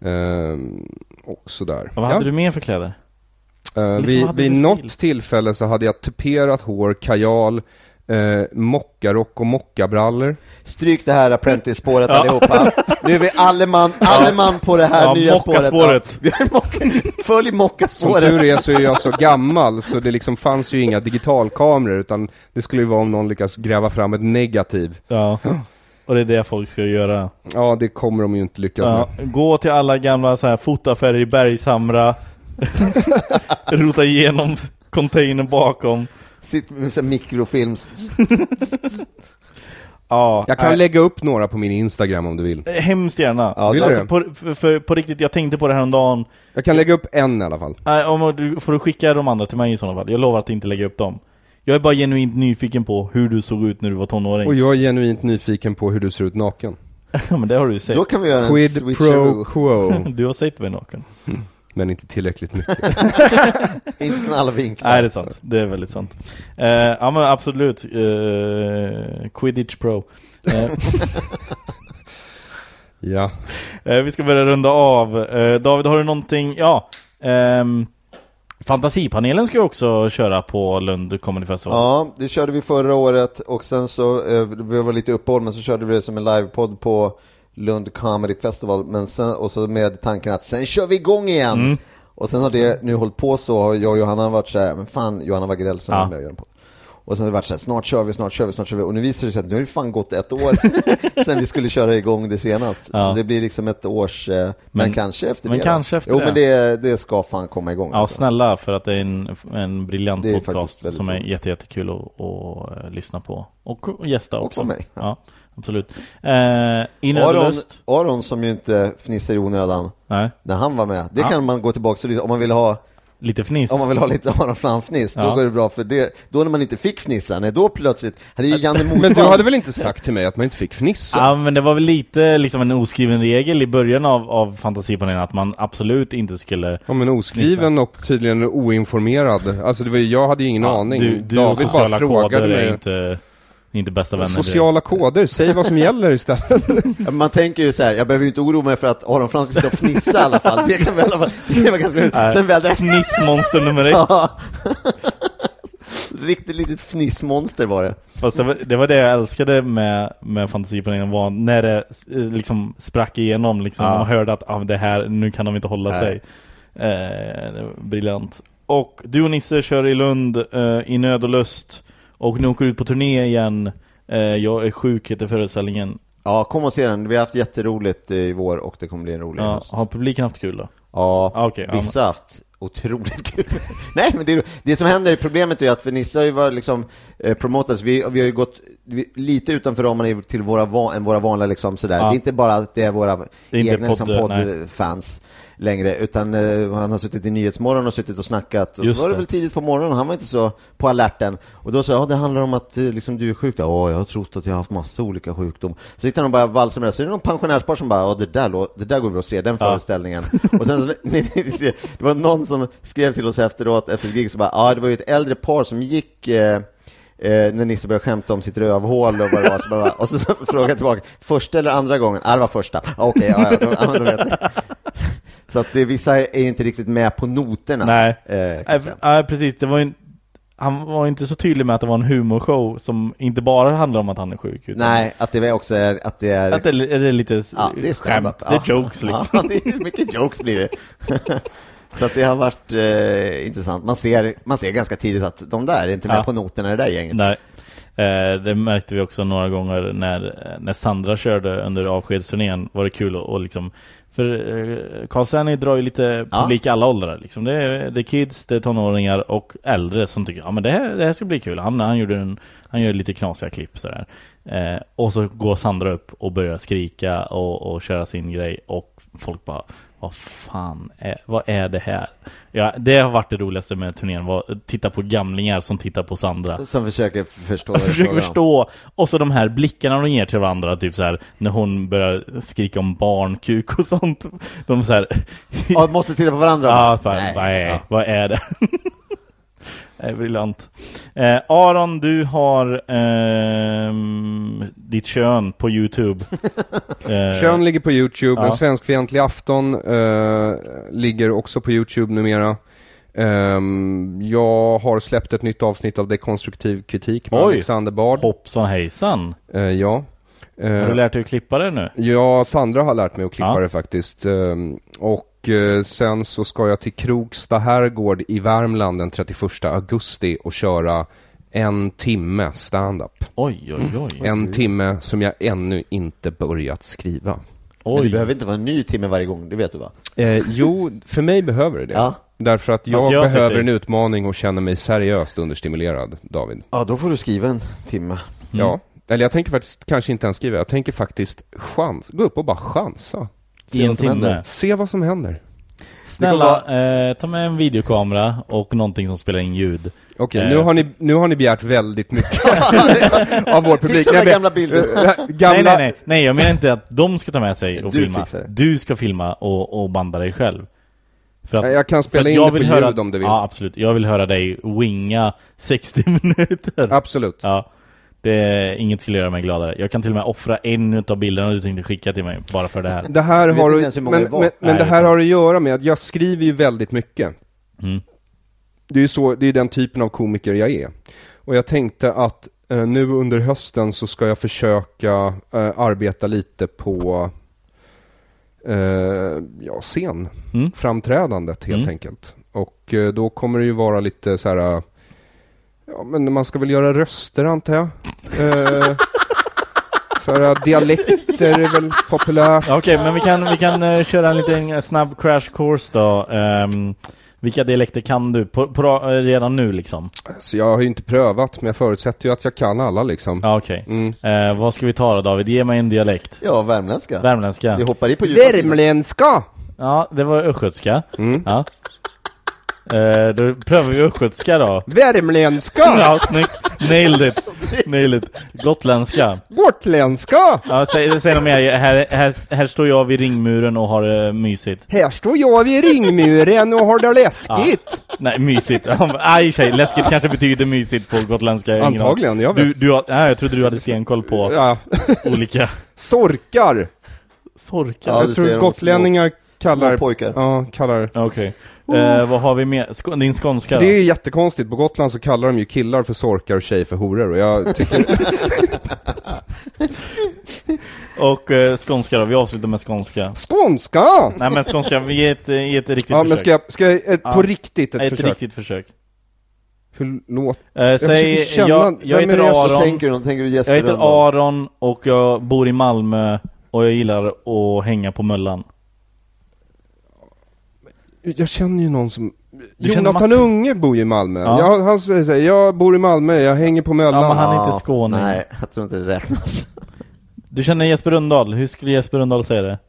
Ehm, och sådär.
Vad hade du mer för kläder?
Eh,
Liksom,
vid
hade
vid
du
något
stil?
tillfälle så hade jag tuperat hår, kajal, eh, mockarock och mockabrallor.
Stryk det här Apprentice-spåret allihopa. Nu är vi alleman, alleman på det här
Ja,
nya spåret.
mockaspåret.
Vi har mocka, följ
Som tur
mockaspåret.
är så är jag så gammal så det liksom fanns ju inga digitalkameror utan det skulle ju vara om någon lyckas gräva fram ett negativ.
Ja. Och det är det folk ska göra.
Ja, det kommer de ju inte lyckas
Ja,
med.
gå till alla gamla så här fotaffärer i Bergshamra. Rota igenom containern bakom.
Sitt med så här mikrofilms...
Ja,
Jag kan
nej.
lägga upp några på min Instagram om du vill.
Hemskt gärna.
Ja,
vill
alltså,
du?
på, för, för, på riktigt, jag tänkte på det här om dagen.
Jag kan lägga upp en i alla fall.
Nej, om du, får du skicka de andra till mig i sådana fall? Jag lovar att inte lägga upp dem. Jag är bara genuint nyfiken på hur du såg ut när du var tonåring.
Och jag är genuint nyfiken på hur du ser ut naken.
Ja, men det har du ju sett.
Då kan vi göra en
Quid pro
switcheroo.
quo.
Du har sett mig naken.
Men inte tillräckligt mycket.
Inte från alla vinklar.
Nej, det är sant. Det är väldigt sant. Eh, ja, men absolut. Eh, Quidditch Pro. Eh,
Ja.
eh, vi ska börja runda av. Eh, David, har du någonting? Ja. ehm, fantasipanelen ska ju också köra på Lund Comedy Festival.
Ja, det körde vi förra året och sen så, eh, vi var lite uppehåll, men så körde vi det som en livepodd på Lund Comedy Festival, men sen, och så med tanken att sen kör vi igång igen!
Mm.
Och sen har det nu hållit på så, har jag och Johanna varit så här, men fan Johanna Wagrell som
Ja.
var med och gjorde den på. Och sen har det varit så här, snart kör vi, snart kör vi, snart kör vi. Och nu visar det sig att nu har det fan gått ett år sen vi skulle köra igång det senast.
Ja.
Så det blir liksom ett års, eh, men,
Men-
kanske efter
men
det.
kanske efter
jo,
det.
men det, det ska fan komma igång.
Ja, snälla, för att det är en, en briljant
alltså. Det är faktiskt
podcast
väldigt
som är
roligt.
jätte, jättekul att, att eh, lyssna på. Och, och gästa också.
på mig.
Ja, absolut. Eh, in
Aron,
Ödelust?
Aron som ju inte fnissar i onödan.
Nej,
när han var med. Det
Ja.
kan man gå tillbaka och lyssna om man vill ha
lite fniss.
om man vill ha lite Aron Flam-fniss,
Ja.
då går det bra för det. Då när man inte fick fnissa, nej då plötsligt, han är ju Janne
Men
Motvalls.
du hade väl inte sagt till mig att man inte fick fnissa?
Ja men det var väl lite liksom en oskriven regel i början av, av fantasipanelen att man absolut inte skulle
Ja men oskriven och tydligen oinformerad. Alltså det var ju, jag hade ju ingen
Ja,
aning.
Du, du och
David
sociala
bara frågade
koder
mig.
är inte, inte bästa vänner direkt.
Sociala koder, säg vad som gäller istället.
Man tänker ju så här, jag behöver ju inte oroa mig för att Aron Flam ska stå och fnissa i alla fall. Det kan väl i alla fall, det kan vara ganska roligt. Sen väl det
Fnissmonster nummer ett.
Ja. Riktigt litet fnissmonster var det.
Fast det var, det var det jag älskade med, med fantasipanelen var när det eh, liksom sprack igenom liksom.
Ja.
Man hörde att ah, det här, nu kan de inte hålla
Nej.
sig. Eh, det var briljant. Och du och Nisse kör i Lund eh, i nöd och lust. Och ni åker ut på turné igen. Eh, jag är sjuk heter föreställningen.
Ja, kom och se den. Vi har haft jätteroligt i vår och det kommer bli en rolig
Ja,
höst.
har publiken haft kul då?
Ja,
Ah, okej, ja,
vissa har haft otroligt kul. Nej, men det, är- det som händer, problemet är ju att för Nissa har ju varit liksom eh, promoters, vi, vi har ju gått vi, lite utanför ramarna i- till våra, va- än våra vanliga liksom sådär.
Ja.
Det är inte bara att det är våra
är inte
egna liksom,
podd- nej.
poddfans längre, utan eh, han har suttit i Nyhetsmorgon och suttit och snackat. Och
Just
så var det
det.
väl tidigt på morgonen, han var inte så på alerten. Och då sa jag, ja, det handlar om att eh, liksom, du är sjuk. Ja, jag har trott att jag har haft massa olika sjukdom. Så sitter han och bara valsar med det. Så är det någon pensionärspar som bara, ja det där, lå- det där går vi och ser, den föreställningen. Och sen så, ni, ni, ser, det var någon som skrev till oss efteråt, efter ett gig, så bara, ja det var ju ett äldre par som gick eh, Eh, när Nisse började skämta om sitt rövhål och vad det var, så bara, och så, så frågade jag tillbaka, första eller andra gången? Ja, det var första. Ah, Okej, ja, ja, då, ja, då vet jag. Så att det, vissa är ju inte riktigt med på noterna.
Nej.
Eh, kan
Nej,
jag säga.
nej, precis. Det var ju, en- han var ju inte så tydlig med att det var en humorshow som inte bara handlar om att han är sjuk. Utan
Nej, att det är också är, att det är...
Att det, är- det är lite
ja, det är
skämt.
stand-up.
Det är
Ja.
jokes liksom.
Ja, det är mycket jokes blir det. Så att det har varit eh, intressant. Man ser, man ser ganska tidigt att de där är inte med
Ja.
på noterna i det där gänget.
Nej. Eh, det märkte vi också några gånger när, när Sandra körde under avskedsturnén. Var det kul att och liksom... För eh, Carl Stanley drar ju lite
Ja.
publik i alla åldrar. Liksom. Det, är, det är kids, det är tonåringar och äldre som tycker ja, men det, här, det här ska bli kul. Han, han, gjorde en, han gör lite knasiga klipp sådär. Eh, och så går Sandra upp och börjar skrika och, och köra sin grej. Och folk bara vad fan är, vad är det här? Ja, det har varit det roligaste med turnén, var att titta på gamlingar som tittar på Sandra.
Som försöker förstå.
Jag
vad det
försöker
är fråga om.
förstå. Och så de här blickarna de ger till varandra, typ så här när hon börjar skrika om barnkuk och sånt. De så här...
Ja, måste titta på varandra.
Ja,
va?
fan, vad, är,
Ja.
vad är det? Det är Briljant. Eh, Aron, du har ehm, ditt kön på Youtube. Eh,
Kön ligger på YouTube,
Ja.
En svenskfientlig afton eh, ligger också på YouTube numera. Ehm, jag har släppt ett nytt avsnitt av Dekonstruktiv kritik med
Oj.
Alexander Bard.
Hoppsan hejsan.
Eh, ja. Eh,
Har du lärt dig att klippa det nu?
Ja, Sandra har lärt mig att klippa
Ja.
det faktiskt. Ehm, Och eh, sen så ska jag till Kroksta herrgård i Värmland den 31 augusti och köra en timme stand-up.
Oj, oj, oj.
En timme som jag ännu inte börjat skriva.
Men det
oj.
behöver inte vara en ny timme varje gång, det vet du va?
Eh, jo, för mig behöver det det.
Ja.
Därför att
Fast
jag,
jag
behöver
sätter-
en utmaning och känner mig seriöst understimulerad, David.
Ja, då får du skriva en timme.
Mm.
Ja. Eller jag tänker faktiskt kanske inte ens skriva, jag tänker faktiskt chans, gå upp och bara chansa.
I en
vad som
timme.
händer.
Se vad som händer.
Snälla, eh, ta med en videokamera och någonting som spelar in ljud.
Okej,
Eh,
nu, har ni, nu har ni begärt väldigt mycket av vår publik.
Fixa de
Jag
där
ber-
gamla bilderna.
Eh, gamla...
Nej, nej, nej, nej, jag menar inte att de ska ta med sig och
Du
filma.
fixar det.
Du ska filma och, och banda dig själv. För
Ja, jag kan spela
för att
in det på
höra,
ljud om du vill.
Ja, absolut. Jag vill höra dig winga 60 minuter.
Absolut.
Ja. Det, inget skulle göra mig gladare. Jag kan till och med offra en av bilderna du tänkte skicka till mig bara för det här.
Det här
Jag vet
har
inte
att-
ens hur många
men,
det var.
men, men
Nej,
det här
det-
har att göra med att jag skriver ju väldigt mycket.
Mm.
Det är ju så, det är den typen av komiker jag är. Och jag tänkte att eh, nu under hösten så ska jag försöka eh, arbeta lite på eh, ja, scen,
Mm.
framträdandet helt enkelt. Och eh, då kommer det ju vara lite så här, eh, ja men man ska väl göra röster antar jag. Eh, så här, dialekter är väl populärt.
Ja, Okej, men vi kan, vi kan eh, köra en liten eh, snabb crash course då. Ehm, vilka dialekter kan du? På, på, ra- eh, redan nu liksom?
Så jag har ju inte prövat, men jag förutsätter ju att jag kan alla liksom.
Ja, Okej. Eh, vad ska vi ta då David? Ge mig en dialekt.
Ja, värmländska.
Värmländska.
Vi hoppar i på djupa sidan.
Värmländska!
Ja, det var östgötska.
Mm.
Ja. Eh, då prövar vi östgötska då.
Värmländska!
Ja, snyggt! Nailed it! Nailed it. Gotländska.
Gotländska!
Ja, säg, säg något mer. Här, här, här står jag vid ringmuren och har det mysigt.
Här står jag vid ringmuren och har det läskigt.
Nej, mysigt. Ja, men, Aj tjej, läskigt kanske betyder mysigt på gotländska. Jag har ingen
Antagligen,
aning.
jag
Du,
vet.
du har, nej, jag trodde du hade stenkoll på
Ja.
olika
Sorkar.
sorkar.
Ja,
jag
du
tror
ser de
gotlänningar kallar...
små pojkar.
Ja, kallar...
Okej. Eh, vad har vi mer? Sk- din skånska
Det är
då?
ju jättekonstigt, på Gotland så kallar de ju killar för sorkar och tjejer för horor och jag tycker...
Och eh, skånska då? Vi avslutar med skånska.
Skånska!
Nej men skånska, vi ger ett, eh, ge ett riktigt
Ja men
försök.
ska jag, ska jag ett,
Ja.
på riktigt ett,
ett
försök?
riktigt försök.
Hur låter...
Eh, säg,
försöker känna-
jag, jag
vem är
heter
det jag-
Vad
Aron,
tänker du? Vad tänker du Jesper
jag heter
Rönndahl?
Aron och jag bor i Malmö och jag gillar att hänga på Möllan.
Jag känner ju någon som...
Du känner
Jonathan
massor.
Unge bor ju i Malmö.
Ja.
Jag, han säger jag bor i Malmö, jag hänger på Möllan.
Ja, men han är
Ja,
inte skåning.
Nej, jag tror inte det räknas.
Du känner Jesper Rundahl, hur skulle Jesper Rundahl säga det?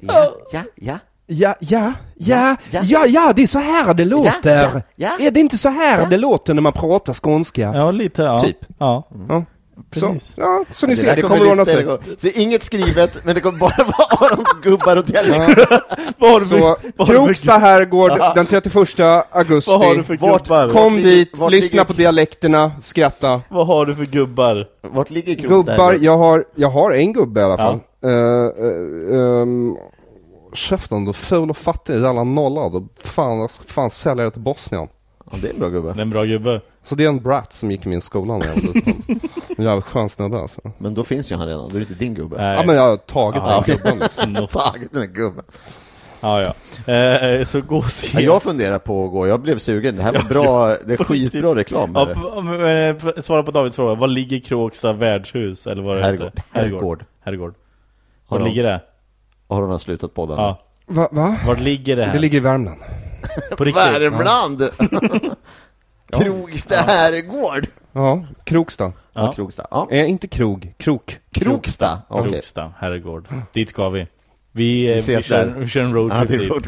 Ja, ja, ja.
Ja, ja, ja,
Ja,
ja,
ja.
ja, det är så här det låter.
ja, ja.
Är det inte så här det låter när man pratar skånska?
Ja, lite ja.
Typ.
Ja.
Ja. Så,
Precis.
ja, så ni
Det
ser,
där
det kommer ordna
lyfta,
sig.
det går- Så inget skrivet, men det kommer bara vara Arons gubbar och dialekter.
Vad har du för-
Så,
vad har du för-
Kroksta härgård den 31
Vad har du
augusti.
för gubbar?
Kom
Vart
dit,
ligger- vart
lyssna
ligger-
på dialekterna, skratta.
Vad har du för gubbar?
Vart ligger Krokstagen?
Gubbar, jag har, jag har en gubbe i alla fall. Ja. käften, du är ful och fattig, jävla nollad. Fan, jag ska fan sälja det till Bosnien.
Ja, det är en bra gubbe.
Det är en bra gubbe.
Så det är en brat som gick i min skola när jag var liten. En jävligt skön snubbe alltså.
Men då finns ju han redan, då är det inte din gubbe.
Nej.
Ja men jag har tagit
Ja,
den
okej.
gubben.
Snott.
Taget den där gubben.
Ja, ja. Eh, eh, så gå och se.
Ja, jag funderar på att gå, jag blev sugen. Det här var bra, det är skitbra reklam.
Ja, p- men, eh, svara på Davids fråga, var ligger Kråkstad värdshus? Eller vad det
Herrgård.
heter?
Herrgård.
Herrgård.
Har
Var
de-
ligger det?
Har de slutat podda nu?
Ja.
Va? va?
Var ligger det här?
Det ligger i Värmland.
på riktigt?
Värmland! Kroksta herrgård!
Ja, Krokstad.
Ja, Kroksta. Ja.
Eh, inte krog, krok.
Kroksta! Okej.
Krokstad, herrgård. Dit ska vi. Vi, eh, vi,
ses
kör,
där.
vi kör en roadtrip
Ja, det är
dit.
road.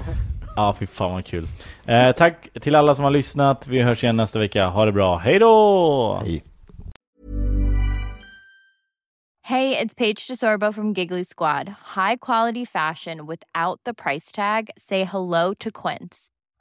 Ja, fy fan vad kul. Eh, tack till alla som har lyssnat. Vi hörs igen nästa vecka. Ha det bra. Hej då!
Hej.
Hey, it's Paige DeSorbo from Giggly Squad. High quality fashion without the price tag. Say hello to Quince.